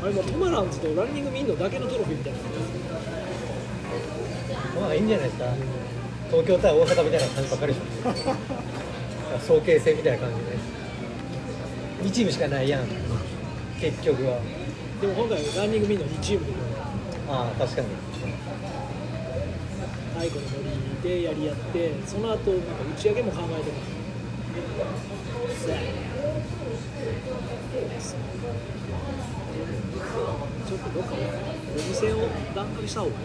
[SPEAKER 2] あれもうトマランズとランニングウィンドウだけのトロフィーみたいな
[SPEAKER 1] まあいいんじゃないですか東京対大阪みたいな感じばっかりでしょ早慶戦みたいな感じで2チームしかないやん結局は
[SPEAKER 2] でも今回ランニングウィンドウ2チームで
[SPEAKER 1] ああ確かに
[SPEAKER 2] 太鼓の森でやり合ってその後なんか打ち上げも考えてますそうちょっとどっかお店を段階した方がいい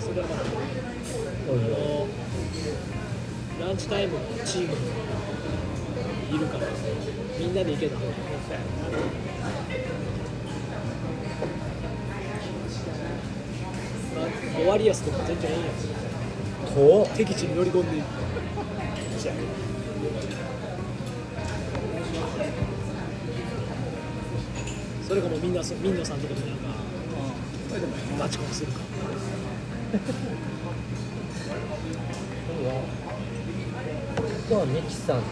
[SPEAKER 2] それはまた
[SPEAKER 1] おいおい
[SPEAKER 2] あのランチタイムのチームいるからみんなで行けた方がいいまあ終わりやすくも全然いいやつ
[SPEAKER 1] 遠っ
[SPEAKER 2] 敵地に乗り込んでいくそれかもうみんなみんなさんとかでなんか
[SPEAKER 4] それでもいい
[SPEAKER 2] ガチコンするか
[SPEAKER 1] 今日はミキさんの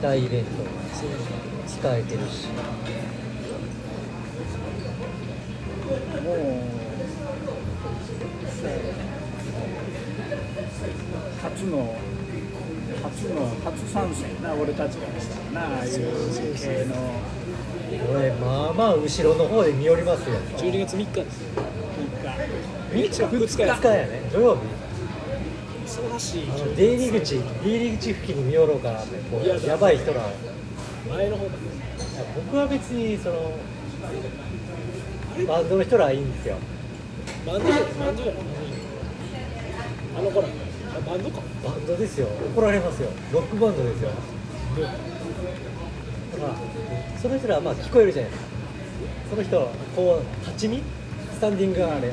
[SPEAKER 1] 大イベント
[SPEAKER 2] そういうの
[SPEAKER 1] 控えてるし
[SPEAKER 4] もう初の初の初参戦な俺たちからしたらなああいう系の
[SPEAKER 1] 俺まあまあ後ろの方で見寄りますよ
[SPEAKER 2] 12月3日ですよ
[SPEAKER 1] 3日
[SPEAKER 2] 2日
[SPEAKER 1] や
[SPEAKER 2] や
[SPEAKER 1] ね土曜日
[SPEAKER 2] 忙しい
[SPEAKER 1] あの出入り口出入り口付近に見寄ろうかなってこ
[SPEAKER 2] いや
[SPEAKER 1] うやばい人らを
[SPEAKER 2] 前の方だね
[SPEAKER 1] 僕は別にそのバンドの人らはいいんですよ
[SPEAKER 2] バンドじゃないバンドじゃないあのほらあバンドか
[SPEAKER 1] バンドですよ怒られますよロックバンドですよだからその人らはまあ聞こえるじゃないですかその人はこう立ち見スタンディングがあれ
[SPEAKER 2] あ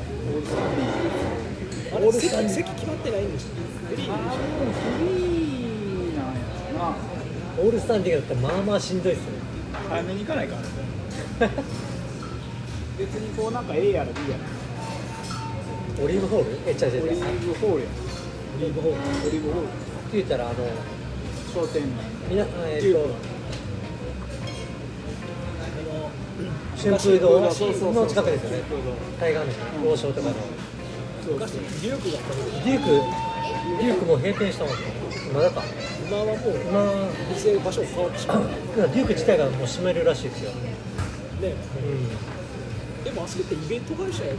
[SPEAKER 2] れ席席決まってないんでしょフリーでし
[SPEAKER 4] ああもうフリーなんやな
[SPEAKER 1] オールスタンディングだったらまあまあしんどいっすね
[SPEAKER 4] 早めに行か ないから別にこうなんか A やら B やら
[SPEAKER 1] オリーブホールえ違う違
[SPEAKER 4] オ
[SPEAKER 1] う
[SPEAKER 4] リ
[SPEAKER 1] 違う
[SPEAKER 4] ーブホールや
[SPEAKER 1] オリーブホールって
[SPEAKER 4] オリーブホール
[SPEAKER 1] 言ったらあの
[SPEAKER 4] 商店街
[SPEAKER 1] 皆さんえっ
[SPEAKER 4] 10
[SPEAKER 1] と
[SPEAKER 4] 番
[SPEAKER 1] 春風堂の
[SPEAKER 4] そうそうそう
[SPEAKER 1] 近くですよね
[SPEAKER 4] 春風堂
[SPEAKER 1] 対岸の王将とかの
[SPEAKER 2] ょ昔デュークがあったけど
[SPEAKER 1] デュークデュークもう閉店したもんね今だか
[SPEAKER 2] 今はもう
[SPEAKER 1] 今は
[SPEAKER 2] 店場所変わってしまったね
[SPEAKER 1] デューク自体がもう閉めるらしいですよ、う
[SPEAKER 2] でもあそこってイベント会社やけ
[SPEAKER 4] イ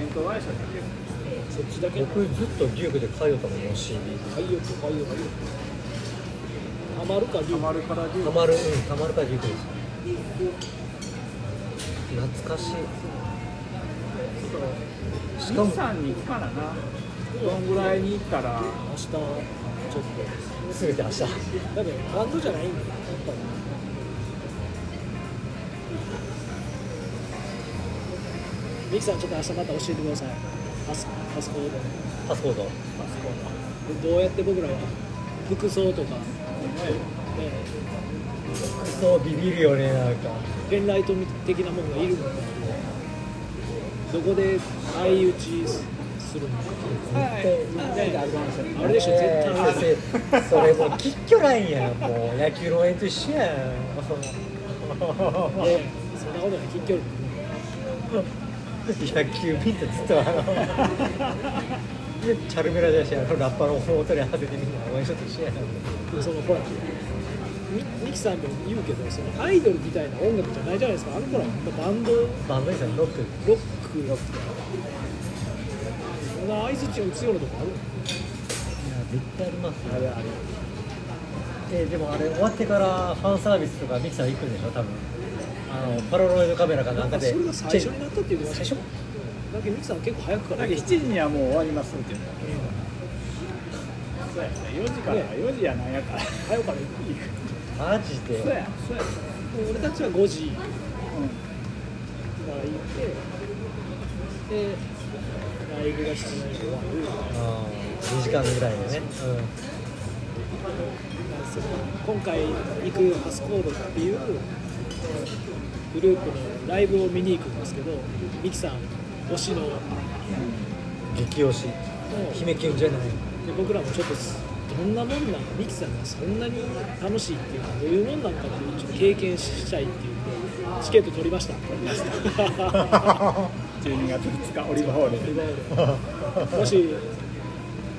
[SPEAKER 4] ベント会社だけど
[SPEAKER 2] そっちだけ
[SPEAKER 1] ん、僕ずっとデュークで通ったもんね CD
[SPEAKER 2] 海洋と海洋がいいハマるかデュー
[SPEAKER 4] ハマるからデュ
[SPEAKER 1] たまるうんたまるかデュークです懐かしいしかも
[SPEAKER 4] 日産に行くからなどんぐらいに行ったら
[SPEAKER 2] 明日ちょっと
[SPEAKER 1] 全て明日
[SPEAKER 2] だってバンドじゃないんだよやっぱりミキさんちょっと明日また教えてくださいパスパスコード
[SPEAKER 1] パスコード
[SPEAKER 2] どうやって僕らは服装とか、ね、
[SPEAKER 1] そうビビるよねなんか
[SPEAKER 2] ペンライト的なものがいるのかどこで相打ちするのかあれでしょ絶対あれ
[SPEAKER 1] えーそれそれもう喫居ラインやんもう野球の応援と一緒やん
[SPEAKER 2] いやいやそんなことない近距離
[SPEAKER 1] 野球見てずっとあのチャルメラじゃしあのラッパの音に合わせてみんな応援しとって一緒やん
[SPEAKER 2] そのほらミミキさんも言うけどそのアイドルみたいな音楽じゃないじゃないですかあの頃はバンドロッ
[SPEAKER 1] バンドにさロック
[SPEAKER 2] クロックそんな相づちを打つようなとこある
[SPEAKER 1] いや絶対ありますよ
[SPEAKER 2] あれあれ
[SPEAKER 1] えーでもあれ終わってからファンサービスとかミキさん行くんでしょ多分あのパラロイドカメラかなんかで
[SPEAKER 2] それが最初になったっていうのは
[SPEAKER 1] 最初
[SPEAKER 2] だけどミキさんは結構早くか
[SPEAKER 4] だ
[SPEAKER 2] ら
[SPEAKER 4] けど7時にはもう終わりますって言うんだけどそうや4時から4時やなんやから
[SPEAKER 2] 早くから行
[SPEAKER 1] マジで
[SPEAKER 4] そうやそうや
[SPEAKER 2] くもう俺たちは5時
[SPEAKER 4] う
[SPEAKER 2] から行ってでライブが7時に終わる
[SPEAKER 1] 2時間ぐらいでね、
[SPEAKER 2] 今回行くハスコードっていうグループのライブを見に行くんですけどミキさん推しの
[SPEAKER 1] 激推し姫キュンじゃない
[SPEAKER 2] で僕らもちょっとどんなもんなのミキさんがそんなに楽しいっていうかどういうもんなのかっていうのをちょっと経験したいっていうんでチケット取りました取りました
[SPEAKER 4] ん12月2日オリーブホールで
[SPEAKER 2] もし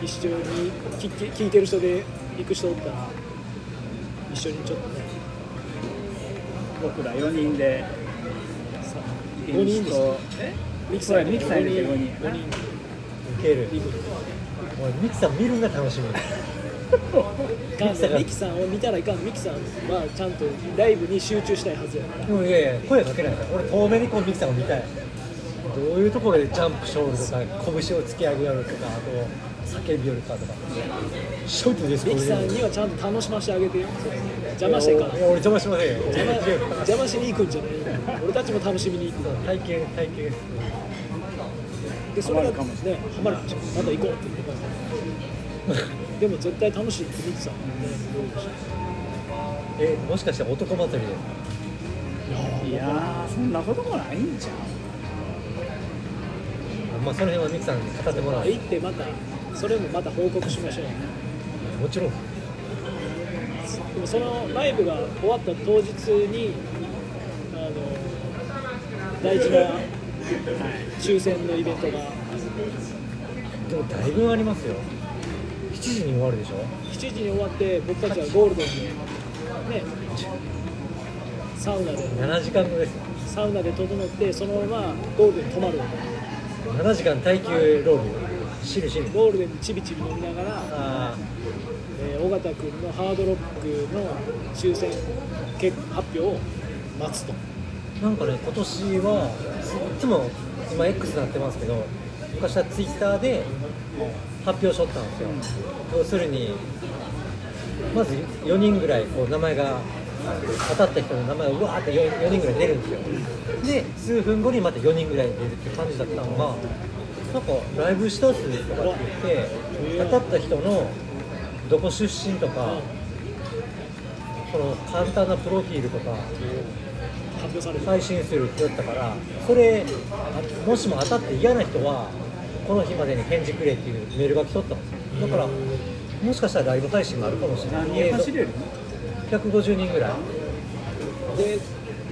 [SPEAKER 2] 一緒に聞き聞いてる人で行く人おったら一緒にちょっとね
[SPEAKER 4] 僕ら4人で
[SPEAKER 2] さ
[SPEAKER 4] 五
[SPEAKER 2] 5人です
[SPEAKER 4] とえ
[SPEAKER 2] ミキ
[SPEAKER 4] そう
[SPEAKER 2] さ
[SPEAKER 4] や
[SPEAKER 2] ん
[SPEAKER 4] ミキさん入れて5人
[SPEAKER 2] 5人
[SPEAKER 1] ウケる
[SPEAKER 2] リブ
[SPEAKER 1] 俺ミキさん見るんが楽 しみ
[SPEAKER 2] ミキさんミキさんを見たらいかんミキさんはちゃんとライブに集中したいはずやから
[SPEAKER 1] でもいやいや声かけないから俺遠目にこうミキさんを見たいどういうところでジャンプショールとか拳を突き上げよるとかあと叫びよるかとかショートです
[SPEAKER 2] ミキさんにはちゃんと楽しませてあげてよ邪魔していかない
[SPEAKER 1] や俺邪魔しませんよ
[SPEAKER 2] 邪魔邪魔しに行くんじゃない俺たちも楽しみに行くから
[SPEAKER 1] 体験体験
[SPEAKER 2] でそれ
[SPEAKER 4] ハマ
[SPEAKER 2] が
[SPEAKER 4] るかもし
[SPEAKER 2] ねハマるかもしれないまた行こうって言ってでも絶対楽しいってミキさんもね言うし
[SPEAKER 1] えもしかして男祭りで
[SPEAKER 4] いやーそんなこともないんじゃ
[SPEAKER 1] まあその辺はミキさんに語ってもらう
[SPEAKER 2] 行ってまたそれもまた報告しましょうね
[SPEAKER 1] もちろん
[SPEAKER 2] でもそのライブが終わった当日にあの大事なはい、抽選のイベントが
[SPEAKER 1] でもだいぶありますよ7時に終わるでしょ
[SPEAKER 2] 7時に終わって僕たちはゴールドンでねサウナで
[SPEAKER 1] 7時間後ですよ
[SPEAKER 2] サウナで整ってそのままゴールデンに泊まる
[SPEAKER 1] 7時間耐久ロールしるしる
[SPEAKER 2] ゴールデンにちびちび飲みながら
[SPEAKER 1] あ
[SPEAKER 2] えー尾形君のハードロックの抽選結果発表を待つと
[SPEAKER 1] ーなんかね今年はいつも今 X になってますけど昔は Twitter で発表しとったんですよ、要するにまず4人ぐらいこう名前が当たった人の名前がうわーって 4, 人ぐらい出るんですよで数分後にまた4人ぐらい出るって感じだったのがなんかライブした数とかって言って当たった人のどこ出身とかその簡単なプロフィールとか
[SPEAKER 2] 発表される
[SPEAKER 1] 配信するって言ったからそれあもしも当たって嫌な人はこの日までに返事くれっていうメールが来とったんですよだからもしかしたらライブ配信があるかもしれない
[SPEAKER 4] 何人走れるの
[SPEAKER 1] 150人ぐらい
[SPEAKER 2] で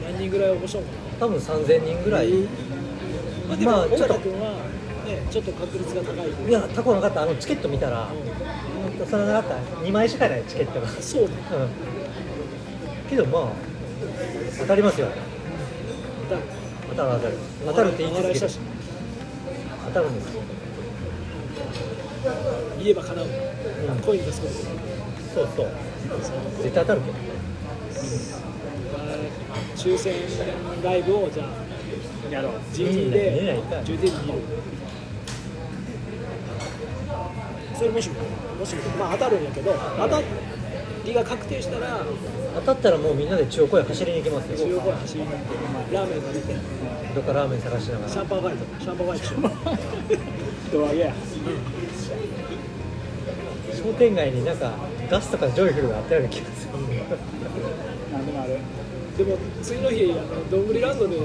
[SPEAKER 2] 何人ぐらい応募したのか
[SPEAKER 1] 多分3000人ぐらい、
[SPEAKER 2] な、まあ、で
[SPEAKER 1] まあ
[SPEAKER 2] も
[SPEAKER 1] ちょ
[SPEAKER 2] 尾
[SPEAKER 1] っと
[SPEAKER 2] 形君は、ね、ちょっと確率が高いと
[SPEAKER 1] い
[SPEAKER 2] いう
[SPEAKER 1] やタコなかったあのチケット見たらそのなかった2枚しかないチケットが
[SPEAKER 2] うんそうね
[SPEAKER 1] うんけどまあ当たりますよ
[SPEAKER 2] だ
[SPEAKER 1] 当たる当たる当たるって言い続
[SPEAKER 2] お笑
[SPEAKER 1] け
[SPEAKER 2] した
[SPEAKER 1] る
[SPEAKER 2] し
[SPEAKER 1] 当たるんですよ
[SPEAKER 2] 言えば叶う、
[SPEAKER 1] うん
[SPEAKER 2] コインがすごい
[SPEAKER 1] そうそう絶対当たるけど
[SPEAKER 2] 抽選ライブをじゃあ
[SPEAKER 4] やろう
[SPEAKER 2] 自分
[SPEAKER 1] 見ない
[SPEAKER 2] で
[SPEAKER 1] 見ない
[SPEAKER 2] 重点に見るそれもしももしもまあ当たるんやけど当たりが確定したら
[SPEAKER 1] 当たったらもうみんなで中央公園走りに行きます
[SPEAKER 2] 中
[SPEAKER 1] よ
[SPEAKER 2] 央公園走りに行ってラーメンが出て
[SPEAKER 1] どっかラーメン探しなが
[SPEAKER 2] シャ
[SPEAKER 1] ら
[SPEAKER 2] ンパンファイトシャンパンファイトしよ
[SPEAKER 4] 胴上げや
[SPEAKER 1] 商店街になんかガスとかジョイフルがあったような気がする
[SPEAKER 4] 何でもある
[SPEAKER 2] うでも次の日あのどんぐりランドでは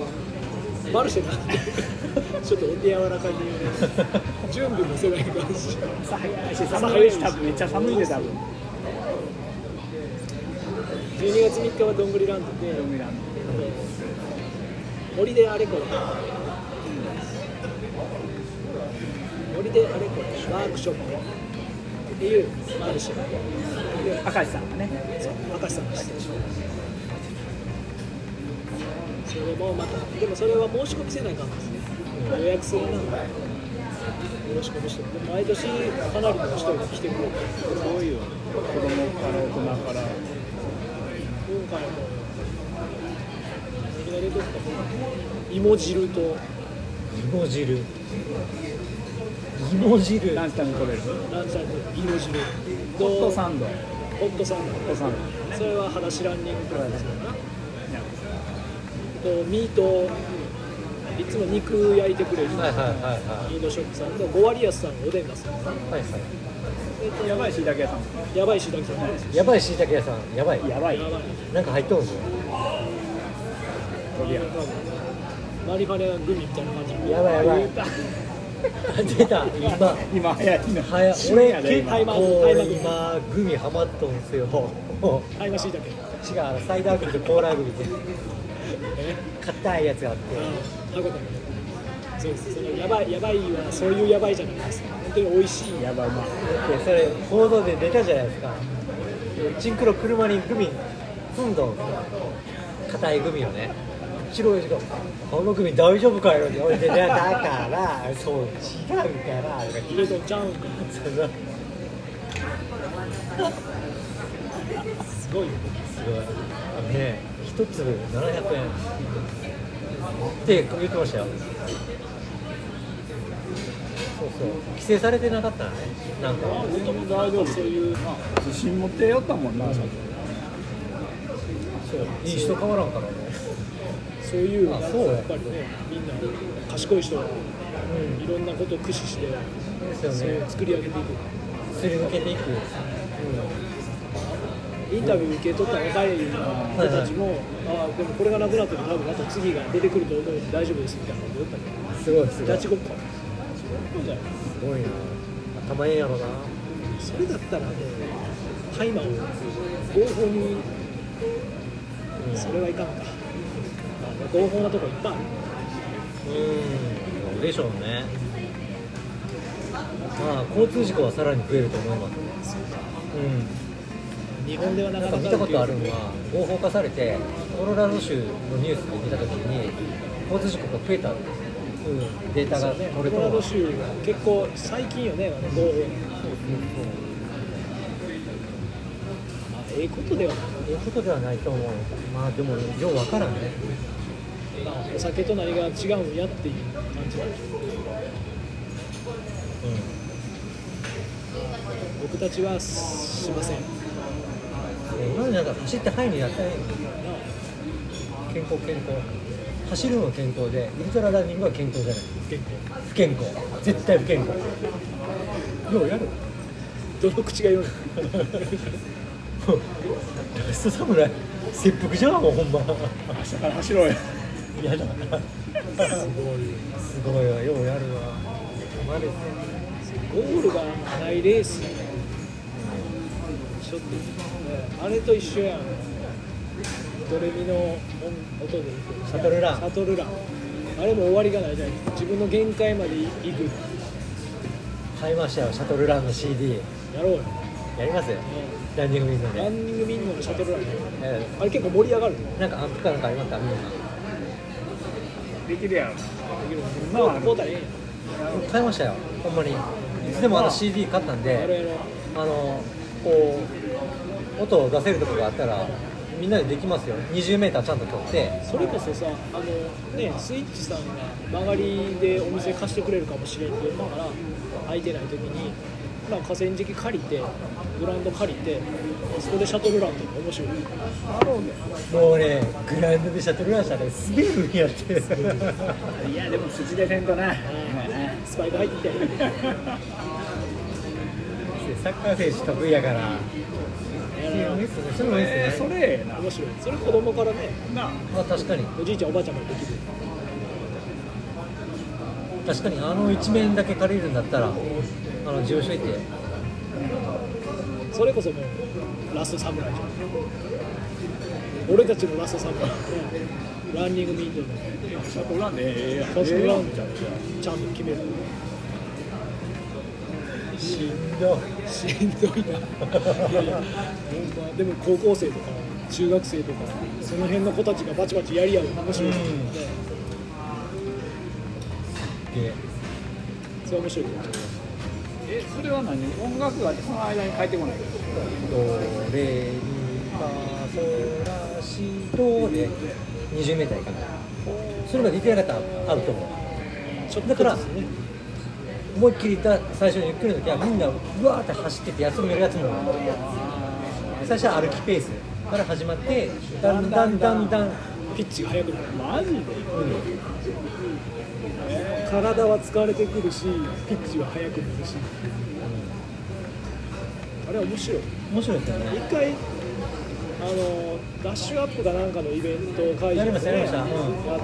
[SPEAKER 2] マルシェがあってちょっとお手柔らかに準備もせない感じ
[SPEAKER 4] 朝早いし寒いし多分めっちゃ寒いで多分
[SPEAKER 2] 12月3日はどんぐりランドで
[SPEAKER 4] ドミラン
[SPEAKER 2] 森であれこれ森であれこれワークショップっていうマルシェで
[SPEAKER 4] 明石さんがね
[SPEAKER 2] そう明石さんがしてるそれもまたでもそれは申し込みせないかんですね予約するな申し込みしてるでも毎年かなりの人が来てくれて
[SPEAKER 4] すごいよ子供から大人から
[SPEAKER 2] 今回も何が出てきた芋汁と
[SPEAKER 1] 芋汁芋汁
[SPEAKER 4] ランチタイム来れる
[SPEAKER 2] ランチャーと芋汁
[SPEAKER 4] ホットサンド
[SPEAKER 2] ホットサンド
[SPEAKER 4] ホットサンド
[SPEAKER 2] それは裸足ランニングクラブですからな
[SPEAKER 4] や
[SPEAKER 2] とミートいつも肉焼いてくれる
[SPEAKER 1] はいはいはいは
[SPEAKER 2] ミートショップさんと5割安さんがおでん出す
[SPEAKER 1] いはいは
[SPEAKER 4] やばいしいだけ屋さん
[SPEAKER 2] やばいしだけじゃないです
[SPEAKER 1] いやばいしいたけ屋さんやばい
[SPEAKER 4] やばい
[SPEAKER 2] やばい
[SPEAKER 1] なんか入っとるんですよ
[SPEAKER 4] とりあえず
[SPEAKER 2] マリファネグミみたいな感じ
[SPEAKER 1] やばいやばい出た今
[SPEAKER 4] 今流行りの
[SPEAKER 1] はや
[SPEAKER 4] 深
[SPEAKER 1] 俺
[SPEAKER 4] 夜で
[SPEAKER 1] 結
[SPEAKER 4] 今
[SPEAKER 2] タイマー
[SPEAKER 1] 構
[SPEAKER 2] タイ
[SPEAKER 1] 俺
[SPEAKER 2] マー
[SPEAKER 1] 今グミハマっとんすよ
[SPEAKER 2] タイマしいだけ
[SPEAKER 1] 違うあのサイダーグミとコーラグミで硬いやつがあって
[SPEAKER 2] 歯ごたえそうですそのやばいやばいはそういうやばいじゃないです本当に美味しい
[SPEAKER 4] やばいうまい
[SPEAKER 1] でそれ報道で出たじゃないですかでチンクロ車にグミ積んどん硬いグミをね白い人が「このグミ大丈夫かよ」って言われて「いやだからそう違うから」とか
[SPEAKER 2] 入れとちゃうんか
[SPEAKER 1] そんな
[SPEAKER 2] すごいよ
[SPEAKER 1] すごいあのね一粒700円って言ってましたよそうそう規制されてなかったらねなんか
[SPEAKER 2] あ本当も大丈夫そういう
[SPEAKER 4] 自信持ってやったもんな
[SPEAKER 1] そういい人変わらんからね
[SPEAKER 2] そういう
[SPEAKER 1] あ
[SPEAKER 2] なんか
[SPEAKER 1] そう
[SPEAKER 2] やっぱりねみんな賢い人がいろんなことを駆使して
[SPEAKER 1] うんですよ
[SPEAKER 2] そう
[SPEAKER 1] ね
[SPEAKER 2] 作り上げていく
[SPEAKER 1] すり抜けていく
[SPEAKER 2] インタビュー受け取った若い人たちも、ああでもこれがなくなっても多分また次が出てくると思うんで大丈夫ですみたいなこと言ったけど
[SPEAKER 1] すごいす
[SPEAKER 2] ガチごっこそうじゃない
[SPEAKER 1] すごいな頭ええやろな
[SPEAKER 2] それだったらね大麻を合法に、それはいかんか、まあね合法なとこいっぱいある
[SPEAKER 1] うんでしょうねまあ交通事故はさらに増えると思いますねうん
[SPEAKER 2] 日本ではな
[SPEAKER 1] なん
[SPEAKER 2] か
[SPEAKER 1] か
[SPEAKER 2] なか
[SPEAKER 1] 見たことあるのは合法化されてコロラド州のニュースで見たときに交通事故が増えたっていうデータが
[SPEAKER 2] そうねコ
[SPEAKER 1] 取れたの
[SPEAKER 2] ロ
[SPEAKER 1] は
[SPEAKER 2] ラド州結構最近よねあの豪雨まあええことではない
[SPEAKER 1] ええことではないと思うまあでもようわからんね
[SPEAKER 2] まあお酒と何が違うんやっていう感じだけど僕たちはしませんな
[SPEAKER 1] うん今までなんか走ってハイにやったらいいの健康健康走るのは健康でウルトラランニングは健康じゃない
[SPEAKER 2] 結構
[SPEAKER 1] 不健康絶対不健康ようやる
[SPEAKER 2] どの口が言うの
[SPEAKER 1] ラスト侍切腹じゃんもうほんま
[SPEAKER 4] 明日から走ろうよ
[SPEAKER 1] 嫌だな
[SPEAKER 2] すごい
[SPEAKER 1] すごいわようやるわマジで
[SPEAKER 2] ゴールがないレースちょっとあれと一緒やんドレミの音音で行く
[SPEAKER 1] シャトルラン
[SPEAKER 2] シャトルランあれも終わりがないじゃない自分の限界まで行く
[SPEAKER 1] 買いましたよシャトルランの CD
[SPEAKER 2] やろうよ、
[SPEAKER 1] やりますよランニングミート
[SPEAKER 2] ラ
[SPEAKER 1] で、
[SPEAKER 2] ンニングミンゴのシャトルラン
[SPEAKER 1] え
[SPEAKER 2] あれ結構盛り上がる
[SPEAKER 1] ーなんかアンプかなんかありますかみんな
[SPEAKER 4] できるやん
[SPEAKER 2] まあこうたらえ
[SPEAKER 1] 買いましたよほんまにいつでもあの CD 買ったん
[SPEAKER 2] えやんやろうや
[SPEAKER 1] で
[SPEAKER 2] ろう
[SPEAKER 1] あのこう音を出せるとこがあったらみんなでできますよ 20m ちゃんと取って
[SPEAKER 2] それこそさあのねスイッチさんが曲がりでお店貸してくれるかもしれんって言うから空いてない時に、まあ、河川敷借りてグラウンド借りてそこでシャトルランとか面白いよ
[SPEAKER 1] もうねグラウンドでシャトルランしたら滑るんや って
[SPEAKER 4] いやでも筋出てんとな
[SPEAKER 2] スパイク入ってきたよ
[SPEAKER 1] サッカー選手得意やから
[SPEAKER 2] やろうやろう
[SPEAKER 1] それもいい
[SPEAKER 4] え
[SPEAKER 1] っ
[SPEAKER 4] ー
[SPEAKER 1] す
[SPEAKER 4] そ
[SPEAKER 1] ね
[SPEAKER 4] れええな
[SPEAKER 2] 面白いそれ子供からね
[SPEAKER 4] な
[SPEAKER 1] まあ確かに
[SPEAKER 2] おじいちゃんおばあちゃんまでできる
[SPEAKER 1] 確かにあの一面だけ借りるんだったらあの事務所行って
[SPEAKER 2] それこそもうラストサムライじゃん俺たちのラストサムライ、ね、ランニングミートの
[SPEAKER 4] シャトルランでええやん
[SPEAKER 2] シャトルラン
[SPEAKER 4] ええやんじゃあ
[SPEAKER 2] ちゃんと決める
[SPEAKER 1] しんど
[SPEAKER 2] しんどいな。いやいや、なんかでも高校生とか中学生とかその辺の子たちがバチバチやり合う面白い、ね
[SPEAKER 1] うんで
[SPEAKER 2] それ面白いよ。
[SPEAKER 4] えそれは何音楽がその間に帰ってこないけど
[SPEAKER 1] ドレミファソラシドで20メーターいかないそれができなかったらアウトも
[SPEAKER 2] ちょっと
[SPEAKER 1] だから
[SPEAKER 2] ずつね、
[SPEAKER 1] 思いっきりだ最初にゆっくりの時はみんなうわーって走ってて休めるやつも最初は歩きペースから始まってだんだんだんだん
[SPEAKER 2] ピッチが速くなる。
[SPEAKER 4] マジで
[SPEAKER 2] 体は疲れてくるし、ピッチは速くなるし。あれ面白い。
[SPEAKER 1] 面白いですよ
[SPEAKER 2] 一
[SPEAKER 1] ね
[SPEAKER 2] 回あのダッシュアップかなんかのイベント会
[SPEAKER 1] や
[SPEAKER 2] 場
[SPEAKER 1] りましたやりました
[SPEAKER 2] やっ
[SPEAKER 1] うん
[SPEAKER 2] た
[SPEAKER 1] そう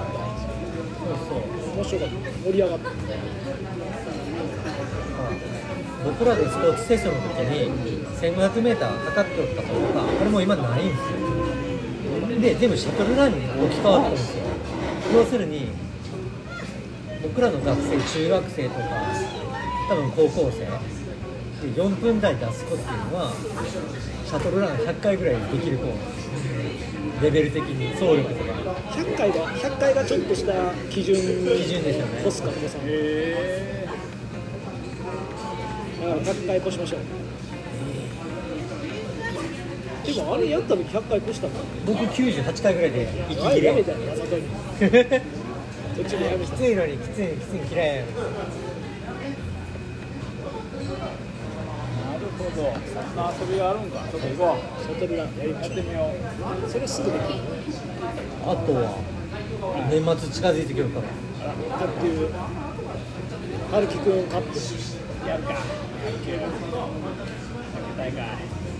[SPEAKER 1] そう
[SPEAKER 2] 面白かった盛り上がった。
[SPEAKER 1] 僕らでスポーツテストの時に 1500m かかっておったことがこれもう今ないんですよで全部シャトルランに置き換わったんですよ要するに僕らの学生中学生とか多分高校生で4分台出す子っていうのはシャトルラン100回ぐらいできる子レベル的に総力とか
[SPEAKER 2] 100回が100回がちょっとした基準
[SPEAKER 1] 基準ですよね
[SPEAKER 2] コスカさん
[SPEAKER 4] え
[SPEAKER 2] だから100回越しましょうでもあれやった時100回越したもん
[SPEAKER 1] 僕98回ぐらいで息
[SPEAKER 2] あ
[SPEAKER 1] 切
[SPEAKER 2] れや め
[SPEAKER 1] れ
[SPEAKER 2] たよな里に途中でやめ
[SPEAKER 1] き
[SPEAKER 2] た
[SPEAKER 1] ついのにきついきついに嫌いやん
[SPEAKER 4] なるほどそんな遊びがあるんかちょっと行こう
[SPEAKER 2] シャトルランやりま
[SPEAKER 4] や
[SPEAKER 2] し
[SPEAKER 4] っ
[SPEAKER 2] ょ
[SPEAKER 4] てみよう
[SPEAKER 2] うそれすぐできる
[SPEAKER 1] あとは年末近づいてくるから
[SPEAKER 2] カップいう春樹くんカップ
[SPEAKER 4] やるかやるけよ負けたいか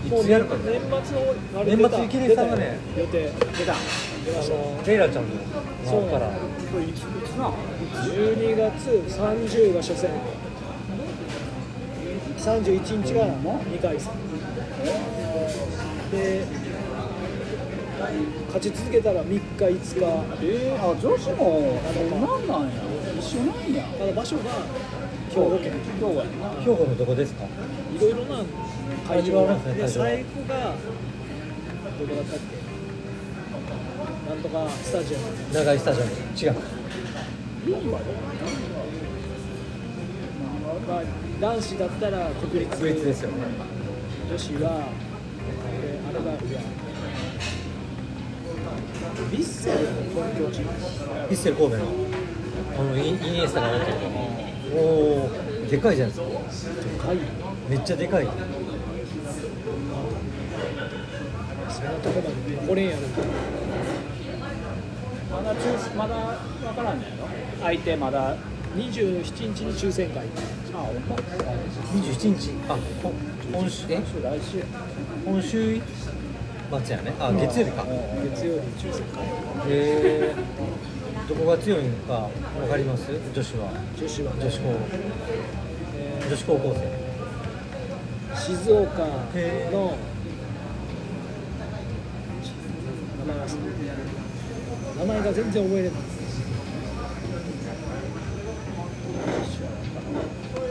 [SPEAKER 1] いつやるか
[SPEAKER 2] 年
[SPEAKER 1] ね
[SPEAKER 2] 末のあ
[SPEAKER 1] 年末池
[SPEAKER 2] 出
[SPEAKER 1] 田さ
[SPEAKER 2] た
[SPEAKER 1] んがね
[SPEAKER 2] 予定
[SPEAKER 4] 出た
[SPEAKER 2] 出ま
[SPEAKER 1] あ
[SPEAKER 2] した
[SPEAKER 1] のレイラちゃんの
[SPEAKER 2] そう
[SPEAKER 1] 方から
[SPEAKER 4] これいついつな
[SPEAKER 2] 12月30が初戦31日が2回戦で勝ち続けたら3日5日
[SPEAKER 4] えー、あ女子もそんなんなんや一緒なんや
[SPEAKER 2] ただ場所が兵庫県
[SPEAKER 4] 今日はやな
[SPEAKER 1] 兵庫のどこですか
[SPEAKER 2] いろいろな会場があっ
[SPEAKER 1] 会場あり
[SPEAKER 2] て
[SPEAKER 1] ますね会場
[SPEAKER 2] で最後がどこだったっけなんとかスタジアム
[SPEAKER 1] 長井スタジアム違う
[SPEAKER 2] まあ、男子だったら国立
[SPEAKER 1] 国立ですよ
[SPEAKER 2] 女子は、えー、あれがヴィッセルの本拠地
[SPEAKER 1] ヴィッセル神戸のあのインイニエスタが持ってるおおでかいじゃないですか
[SPEAKER 2] はい
[SPEAKER 1] めっちゃでかい
[SPEAKER 2] そんなとこまで来れんやろ
[SPEAKER 4] まだ中まだわからんねやろ相手まだ
[SPEAKER 2] 27日に抽選会
[SPEAKER 4] あほんま
[SPEAKER 1] 27日あこ今週え
[SPEAKER 4] 来週
[SPEAKER 1] 今週末やねあ月曜日かへ
[SPEAKER 2] 月曜日に抽選会
[SPEAKER 1] えどこが強いのかわかります女子は
[SPEAKER 2] 女子は、ね
[SPEAKER 1] 女子高
[SPEAKER 2] え
[SPEAKER 1] 女子高校生
[SPEAKER 2] ー静岡
[SPEAKER 1] へー
[SPEAKER 2] の名前忘れた名前が全然覚えれない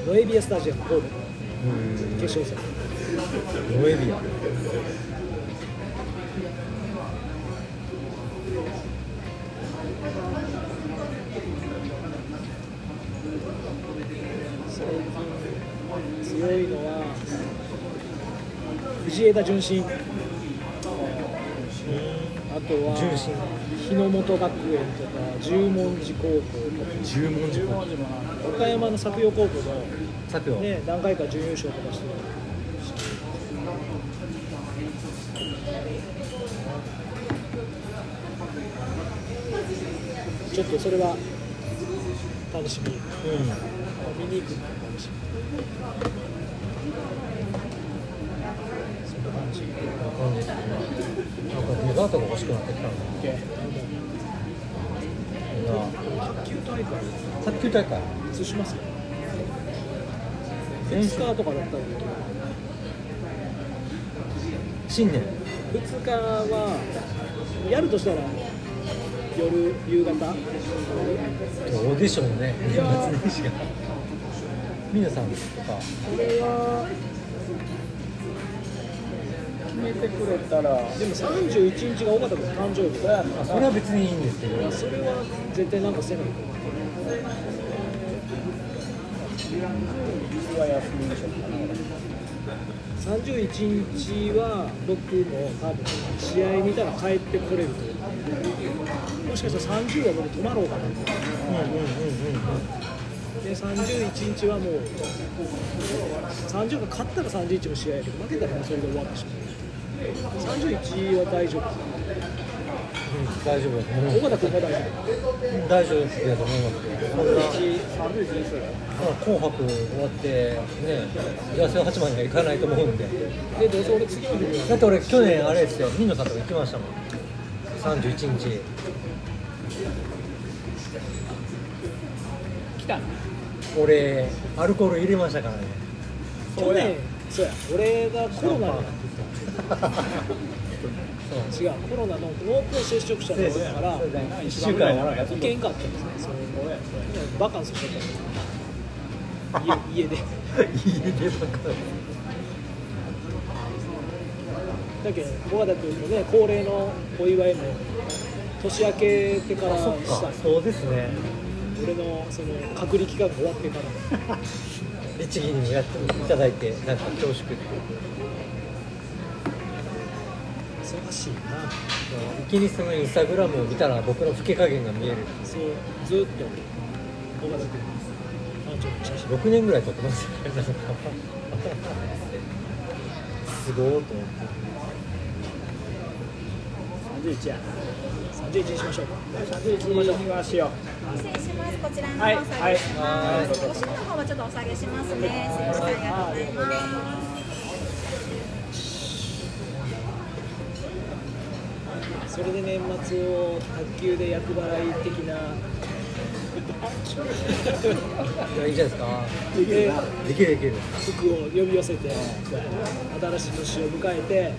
[SPEAKER 2] ノエビアスタジアム神戸
[SPEAKER 1] うん
[SPEAKER 2] 決勝戦
[SPEAKER 1] ノエビア
[SPEAKER 2] 最近強いのは藤枝順心あとは
[SPEAKER 1] 順心
[SPEAKER 2] 日の本学園とか十文字高校
[SPEAKER 1] 十文字
[SPEAKER 4] 文字もな
[SPEAKER 2] とか岡山の作陽高校
[SPEAKER 1] さては
[SPEAKER 2] の、ね、何回か準優勝とかしてるちょっとそれは楽しみ
[SPEAKER 1] う
[SPEAKER 2] 見に行くのも楽しみそんな感じ
[SPEAKER 1] んわかんないですねなんかデザートが欲しくなってきたな今
[SPEAKER 2] 卓球大会
[SPEAKER 1] 卓球大会
[SPEAKER 2] 移しますよ
[SPEAKER 1] 選手
[SPEAKER 2] 2日とかだったらできる
[SPEAKER 1] 新年
[SPEAKER 2] 2日はやるとしたら夜夕方
[SPEAKER 1] オーディションのね年末年始が皆さんとか
[SPEAKER 4] これは決めてくれたら
[SPEAKER 2] でも31日が尾形君の誕生日
[SPEAKER 4] どうや
[SPEAKER 2] だ
[SPEAKER 4] んの
[SPEAKER 1] あ
[SPEAKER 4] か
[SPEAKER 1] そ
[SPEAKER 4] な
[SPEAKER 1] れは別にいいんですけど
[SPEAKER 2] それは絶対なんかせないと
[SPEAKER 4] は休みでしょうかな
[SPEAKER 2] 31日は僕も多分試合見たら帰ってこれるともしかしたら30は僕泊まろうかな
[SPEAKER 1] うんうんうんうん
[SPEAKER 2] で31日はもう30が勝ったら31の試合やけど負けたらもうそれで終わってしまう31は大丈夫
[SPEAKER 1] うん大丈夫だと思う
[SPEAKER 2] 尾形君も大丈夫
[SPEAKER 1] 大丈夫だと思いますけどこんな
[SPEAKER 4] 31ですよ
[SPEAKER 1] まあ紅白終わってね痩せ八幡には行かないと思うんで
[SPEAKER 2] でどうせ俺次の日には
[SPEAKER 1] だって俺去年あれですよミノさんとか行きましたもん31日
[SPEAKER 4] 来たな
[SPEAKER 1] 俺アルコール入れましたからね
[SPEAKER 2] 去年そうや俺がコロナになっ
[SPEAKER 1] そう
[SPEAKER 2] て違うコロナの濃厚接触者の俺やから
[SPEAKER 1] そうですね
[SPEAKER 2] 一
[SPEAKER 1] 一週間やらなかった
[SPEAKER 2] 行けんかったんですねそれバカンスしてたんです家家 で
[SPEAKER 1] 家でばっか
[SPEAKER 2] だけど尾形君のね恒例のお祝いも年明けてから
[SPEAKER 1] そっ
[SPEAKER 2] し
[SPEAKER 1] か
[SPEAKER 2] たんです
[SPEAKER 1] そうですね
[SPEAKER 2] 俺のその隔離期間が終わってから
[SPEAKER 1] 律儀にもやっていただいてなんか恐縮って
[SPEAKER 2] 忙しいな
[SPEAKER 1] イギリスのインスタグラムを見たら僕の老け加減が見える
[SPEAKER 2] そうずっと尾形君の誕生日の写真
[SPEAKER 1] 6年ぐらい撮ってますよ ねなんかすごいと思って
[SPEAKER 4] 31や
[SPEAKER 2] 31にしましょうか
[SPEAKER 4] 31にはしよう
[SPEAKER 5] 失礼します。こちらの
[SPEAKER 4] はい
[SPEAKER 5] 方お下げします。ご主の方はちょっとお下げしますね。すいません、ありがとうございます。
[SPEAKER 2] それで年末を卓球で厄払い的な
[SPEAKER 1] じゃあいいじゃないですか
[SPEAKER 2] で
[SPEAKER 1] できるできる
[SPEAKER 2] 福を呼び寄せて新しい年を迎えて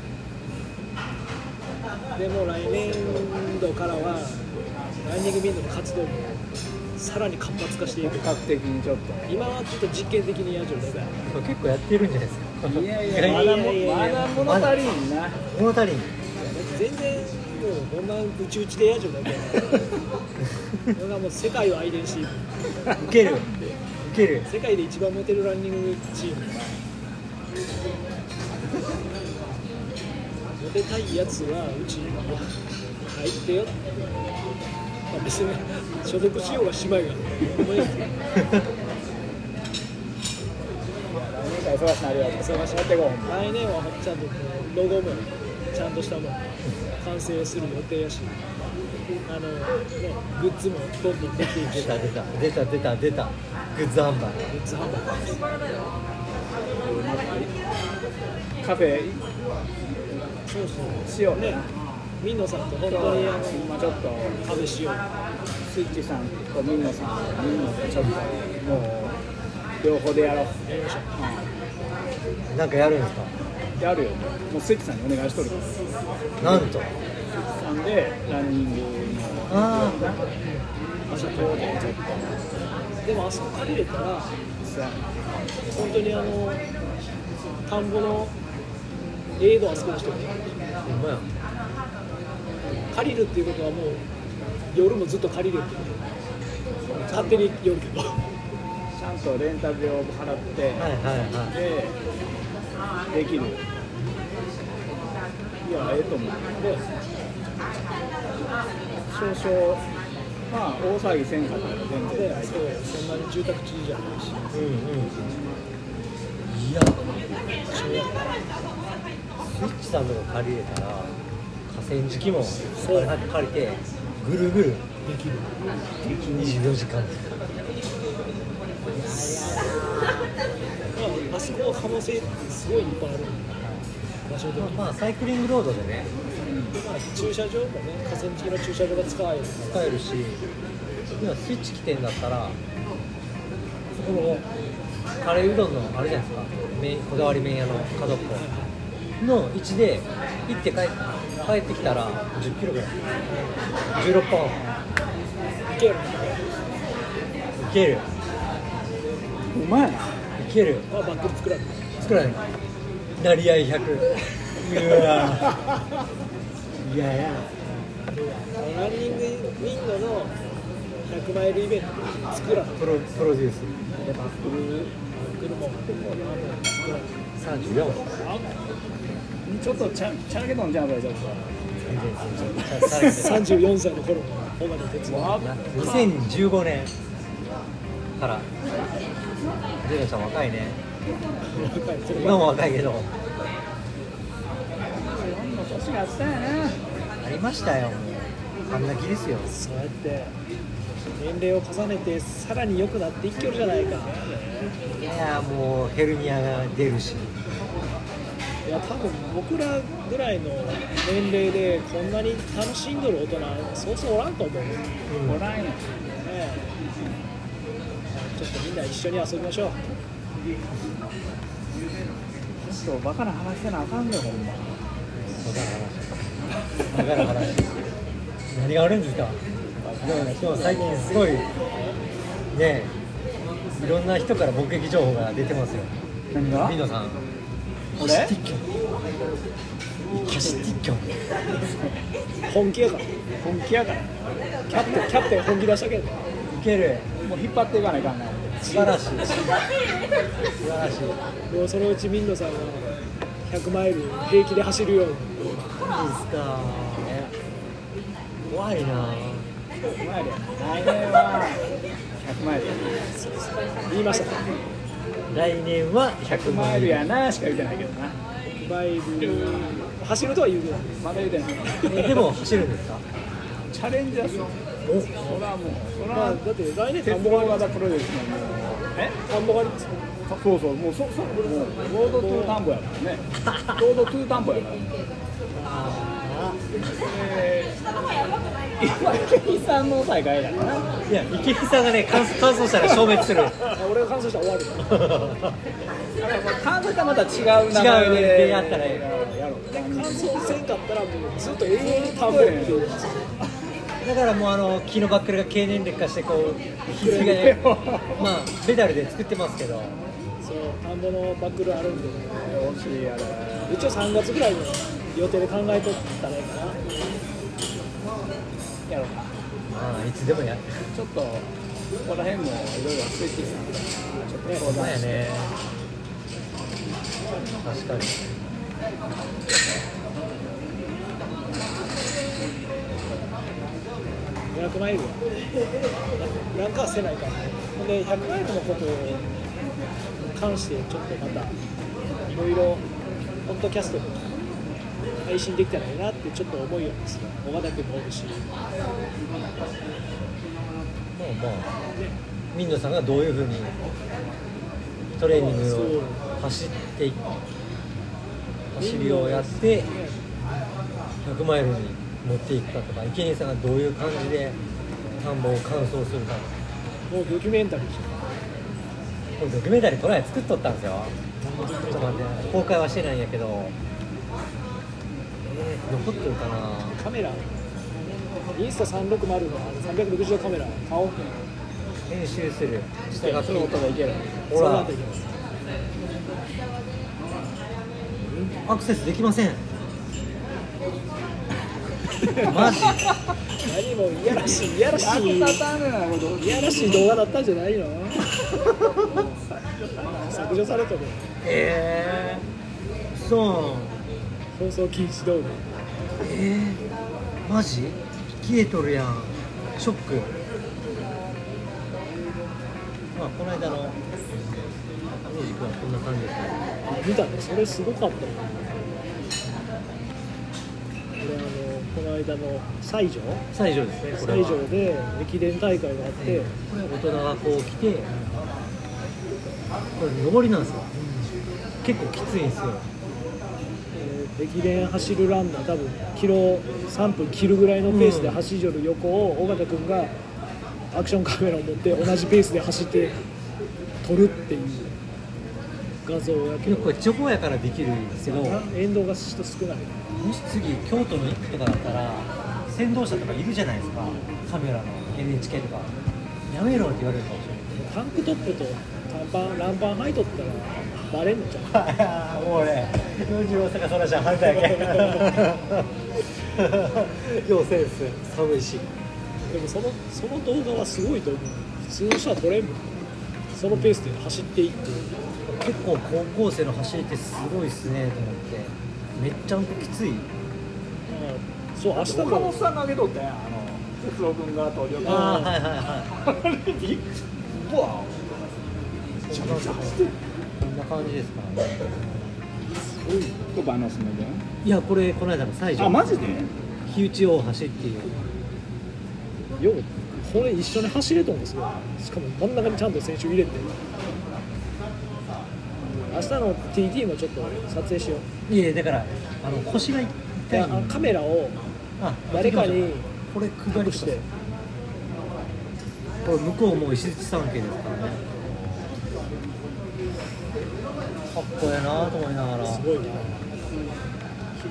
[SPEAKER 2] でも来年度からはランニングビンドの活動もさらに活発化していく
[SPEAKER 4] 本格的にちょっと
[SPEAKER 2] 今はちょっと実験的にやるじゃないですか
[SPEAKER 1] そう結構やってるんじゃないですか
[SPEAKER 4] いやいやまだも
[SPEAKER 2] いやいやいや
[SPEAKER 4] まだ物足りんな
[SPEAKER 1] 物足りん
[SPEAKER 2] 全然もうこんなうちうちでやるじゃないですかそれがもう世界を相手にしていく
[SPEAKER 1] ウケるウケる
[SPEAKER 2] 世界で一番モテるランニングチームモテたいやつはうちに入ってよ、まあ、別に所属しようがしまいが思いますよ
[SPEAKER 4] 何か忙しなるよ忙しなってこう
[SPEAKER 2] 来年はちゃんとこうロゴもちゃんとしたもの完成する予定やしあの、ね、グッズもどんどん出ていく
[SPEAKER 1] 出
[SPEAKER 2] しグ
[SPEAKER 1] た出た出た出た出たグッズ販売
[SPEAKER 2] ッズ販売
[SPEAKER 4] カフェ
[SPEAKER 2] そうそ
[SPEAKER 4] しよ
[SPEAKER 2] う
[SPEAKER 4] う
[SPEAKER 2] ね
[SPEAKER 4] ね
[SPEAKER 2] ミノさんと本
[SPEAKER 4] 今
[SPEAKER 2] 当にあの
[SPEAKER 4] 今ちょっと
[SPEAKER 2] 壁しよう
[SPEAKER 4] スイッチさんとミンノさんミンノでちょっともう両方でやろう
[SPEAKER 2] やりましょう
[SPEAKER 1] なんかやるんですか
[SPEAKER 4] うんやるよもうスイッチさんにお願いしとるから
[SPEAKER 1] なんと
[SPEAKER 4] さんでランニングの
[SPEAKER 1] あ
[SPEAKER 2] あそこでちょっとでもあそこ借りれたら
[SPEAKER 4] さ
[SPEAKER 2] 本当にあの田んぼのエイドあそこにしとく
[SPEAKER 1] あほんまや
[SPEAKER 2] 借りるっていうことはもう夜もずっと借りるってこと勝手に夜けど
[SPEAKER 4] ちゃんとレンタル料を払って
[SPEAKER 1] はいはいはい
[SPEAKER 4] でできるいやええと思うで少々まあ大騒ぎせんかったら全然
[SPEAKER 2] で
[SPEAKER 4] 大丈
[SPEAKER 2] そうそんなに住宅地じゃないし
[SPEAKER 1] うんうんいやスイッチさんのとこ借りれたら河川敷も
[SPEAKER 2] そう
[SPEAKER 1] 借りてぐるぐる
[SPEAKER 2] できる
[SPEAKER 1] 24時間
[SPEAKER 2] まああそこは可能性すごいいっぱいある場所で、ま
[SPEAKER 1] まあサイクリングロードでね
[SPEAKER 2] あ、駐車場もね河川敷の駐車場が使える
[SPEAKER 1] 使えるし今スイッチ来てんだったらそこのカレーうどんのあれじゃないですか麺こだわり麺屋の角っこの位置で行って帰帰ってきたら1 0キロぐらい16本
[SPEAKER 2] いける
[SPEAKER 1] いける
[SPEAKER 4] 夫うまいない
[SPEAKER 1] ける
[SPEAKER 2] まあバックル作らない
[SPEAKER 1] 作らないなり合い100うわいやや
[SPEAKER 2] ランニングインドの100マイルイベント作らん
[SPEAKER 1] プロプロデュース
[SPEAKER 2] でバックルバックルも作らん
[SPEAKER 1] 34本
[SPEAKER 4] ちょっとちゃちゃらけとんじゃんこれちょっ
[SPEAKER 2] 34歳の頃の小金哲郎
[SPEAKER 1] 2015年からジェロちゃん若いね
[SPEAKER 2] 若いそれ
[SPEAKER 1] 今
[SPEAKER 2] が
[SPEAKER 1] も若いけど
[SPEAKER 4] と年があったんやな
[SPEAKER 1] ありましたよもうあんな気ですよ
[SPEAKER 2] そうやって年齢を重ねてさらに良くなっていってるじゃない
[SPEAKER 1] い
[SPEAKER 2] か
[SPEAKER 1] やーもうヘルニアが出るし
[SPEAKER 2] いや多分僕らぐらいの年齢でこんなに楽しんどる大人そうそうおらんと思うね
[SPEAKER 1] うん
[SPEAKER 4] おらんやん
[SPEAKER 2] ちょっとみんな一緒に遊びましょう
[SPEAKER 4] ちょっとバカな話せなあかんねほんま
[SPEAKER 1] だから話何があるんですかでもね今日最近すごいねえいろんな人から目撃情報が出てますよ
[SPEAKER 4] 何が
[SPEAKER 1] ミノさん
[SPEAKER 4] 俺
[SPEAKER 1] 走ってっきょん走ってっきょん
[SPEAKER 2] 本気やから
[SPEAKER 4] 本気やから
[SPEAKER 2] キャプテンキャプテン本気出したけど
[SPEAKER 1] いける
[SPEAKER 4] もう引っ張っていかないかんな
[SPEAKER 1] 素晴らしい素晴らしい
[SPEAKER 2] もうそのうちミンドさんが100マイル平気で走るように
[SPEAKER 1] いいですか。怖いな。
[SPEAKER 4] 100マイルや来年は100マイルや
[SPEAKER 2] 言いましたか
[SPEAKER 1] 来年は100
[SPEAKER 4] 100マ
[SPEAKER 1] 万
[SPEAKER 4] イル
[SPEAKER 1] 円。
[SPEAKER 4] やなしか言うてないけどな
[SPEAKER 2] 100マイル走るとは言うけど
[SPEAKER 4] まだ言うてない
[SPEAKER 1] えでも走るんですか。
[SPEAKER 4] チャレンジャーするそれはもうそれ
[SPEAKER 2] まあ
[SPEAKER 4] は
[SPEAKER 2] だって来年田ん
[SPEAKER 4] 鉄
[SPEAKER 2] ぼ
[SPEAKER 4] 道
[SPEAKER 2] 狩り
[SPEAKER 4] 型プロデュースのもうえ
[SPEAKER 2] 田んぼ狩りです
[SPEAKER 4] そうそうもうそそもうロードトゥー田んぼやからねロードトゥー田んぼやからえー今木さんの大会やからない
[SPEAKER 1] や池井さんがね乾燥乾燥したら消滅する。
[SPEAKER 2] あ俺が完走したら終わる
[SPEAKER 4] 関西とはまた違う名前
[SPEAKER 1] 違う
[SPEAKER 4] で
[SPEAKER 1] ねやったらええ
[SPEAKER 4] やろろう
[SPEAKER 2] で感想せんかったらもうずっと永遠に田んぼっていう
[SPEAKER 1] だからもうあの木のバックルが経年劣化してこうひがねまあメダルで作ってますけど
[SPEAKER 2] そう田んぼのバックルあるんで
[SPEAKER 4] 欲しいやろ
[SPEAKER 2] 一応3月ぐらいの予定で考えとったらいいかな
[SPEAKER 4] やろうか
[SPEAKER 1] まあいつでもやる
[SPEAKER 4] ちょっとここら辺もいろいろスイッチさんからちょっと
[SPEAKER 1] そうだ
[SPEAKER 4] 相談
[SPEAKER 1] よ
[SPEAKER 4] して、
[SPEAKER 1] ね確かに
[SPEAKER 2] 500マイルランカーせないからほんで100マイルのことに関してちょっとまたいろいろポッドキャストで配信できたらいいなってちょっと思いよですよ小型君もおるし
[SPEAKER 1] もうまあミンドさんがどういうふうにトレーニングを走ってい走りをやって100マイルに持っていくかとか池江さんがどういう感じで田んぼを乾燥するか
[SPEAKER 2] もうドキュメンタリーでしょ
[SPEAKER 1] これドキュメンタリーこの前作っとったんですよちょっと待って公開はしてないんやけどえー、残ってるかな
[SPEAKER 2] カメラインスタ360のあの360度カメラ顔
[SPEAKER 1] 編集する下が
[SPEAKER 4] その音がいける
[SPEAKER 1] ほ
[SPEAKER 2] そうな
[SPEAKER 1] ら
[SPEAKER 2] っていきます
[SPEAKER 1] アクセスできませんマジ
[SPEAKER 2] 何もいやらしいいやらし
[SPEAKER 4] 役
[SPEAKER 2] い
[SPEAKER 4] 立たぬなこと
[SPEAKER 2] いやらしい動画だったんじゃないの削除されたも
[SPEAKER 1] ええそう
[SPEAKER 2] 放送禁止動画
[SPEAKER 1] えー、マジ消えとるやんショックまあこの間のミュージックはこんな感じですね
[SPEAKER 2] 見たねそれすごかったよこれあのこの間の西条
[SPEAKER 1] 西条ですねこれは
[SPEAKER 2] 西条で駅伝大会があって、
[SPEAKER 1] えーこれは大人がこう来てこれ上りなんですよ結構きついんですよ
[SPEAKER 2] えー駅伝走るランナー多分キロ3分切るぐらいのペースで走り寄る横を尾形君がアクションカメラを持って同じペースで走って撮るっていう画像やけ
[SPEAKER 1] けどこ
[SPEAKER 2] ど
[SPEAKER 1] れ地方やからできるんですけども
[SPEAKER 2] 沿道が人少ない
[SPEAKER 1] し次京都の行くとかだったら先導車とかいるじゃないですかカメラの NHK とかやめろって言われるかもしれない
[SPEAKER 2] タンクトップと短パンランパン履いとったらバレんのじゃん
[SPEAKER 1] もうね、40大阪そらしゃ反対や けん。ようセンス、寒いし。
[SPEAKER 2] でもそのその動画はすごいと思う普通の人は撮れんもんそのペースで走っていって
[SPEAKER 1] 結構高校生の走りってすごいっすねと思って。めっちゃんときつい。
[SPEAKER 2] そう明日
[SPEAKER 4] 岡
[SPEAKER 2] も
[SPEAKER 4] 本さんが上げとったやんあの哲郎君が投了
[SPEAKER 2] あ
[SPEAKER 1] い
[SPEAKER 2] ー
[SPEAKER 1] はいは
[SPEAKER 4] あれびっうわめちゃめちゃ走ってる
[SPEAKER 1] い。こんな感じですからね。
[SPEAKER 4] これバナナスので
[SPEAKER 1] いや、これ、この間の西条。
[SPEAKER 4] あマジで
[SPEAKER 1] 日内大橋っていう。
[SPEAKER 2] ようこれ一緒に走れと思うんですよしかも真ん中にちゃんと選手入れて明日の TT もちょっと撮影しよう
[SPEAKER 1] いえ、だから、あの腰が
[SPEAKER 2] い
[SPEAKER 1] 痛い
[SPEAKER 2] や。あカメラを
[SPEAKER 1] あ
[SPEAKER 2] 誰かに。
[SPEAKER 1] これ配り
[SPEAKER 2] 隠
[SPEAKER 1] し
[SPEAKER 2] してて。
[SPEAKER 1] これ向こうも石槌山系ですからね。かっこええなと思いながら。
[SPEAKER 2] すごいな綺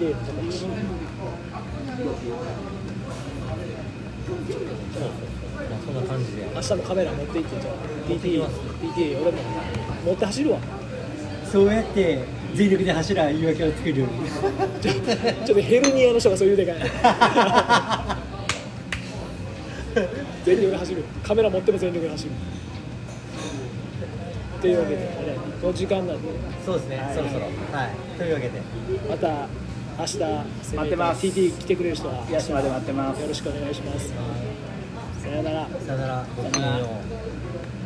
[SPEAKER 2] 麗な形
[SPEAKER 1] まあ、そんな感じで。
[SPEAKER 2] 明日もカメラ持って行ってじゃあ
[SPEAKER 1] 持ってき
[SPEAKER 2] TT
[SPEAKER 1] ます
[SPEAKER 2] TT 俺も持って走るわ
[SPEAKER 1] そうやって全力で走ら言い訳を作る。
[SPEAKER 2] ちょっとヘルニアの人がそういうでかい全力で走るカメラ持っても全力で走るというわけで、はい、この時間なんで
[SPEAKER 1] そうですね、そろそろ。はい。というわけで。
[SPEAKER 2] また明日
[SPEAKER 4] 待ってます
[SPEAKER 2] TT 来てくれる人はよ
[SPEAKER 4] 八島で待ってます
[SPEAKER 2] ろしくお願いしますさようなら
[SPEAKER 1] さよなら。ごきげんよう。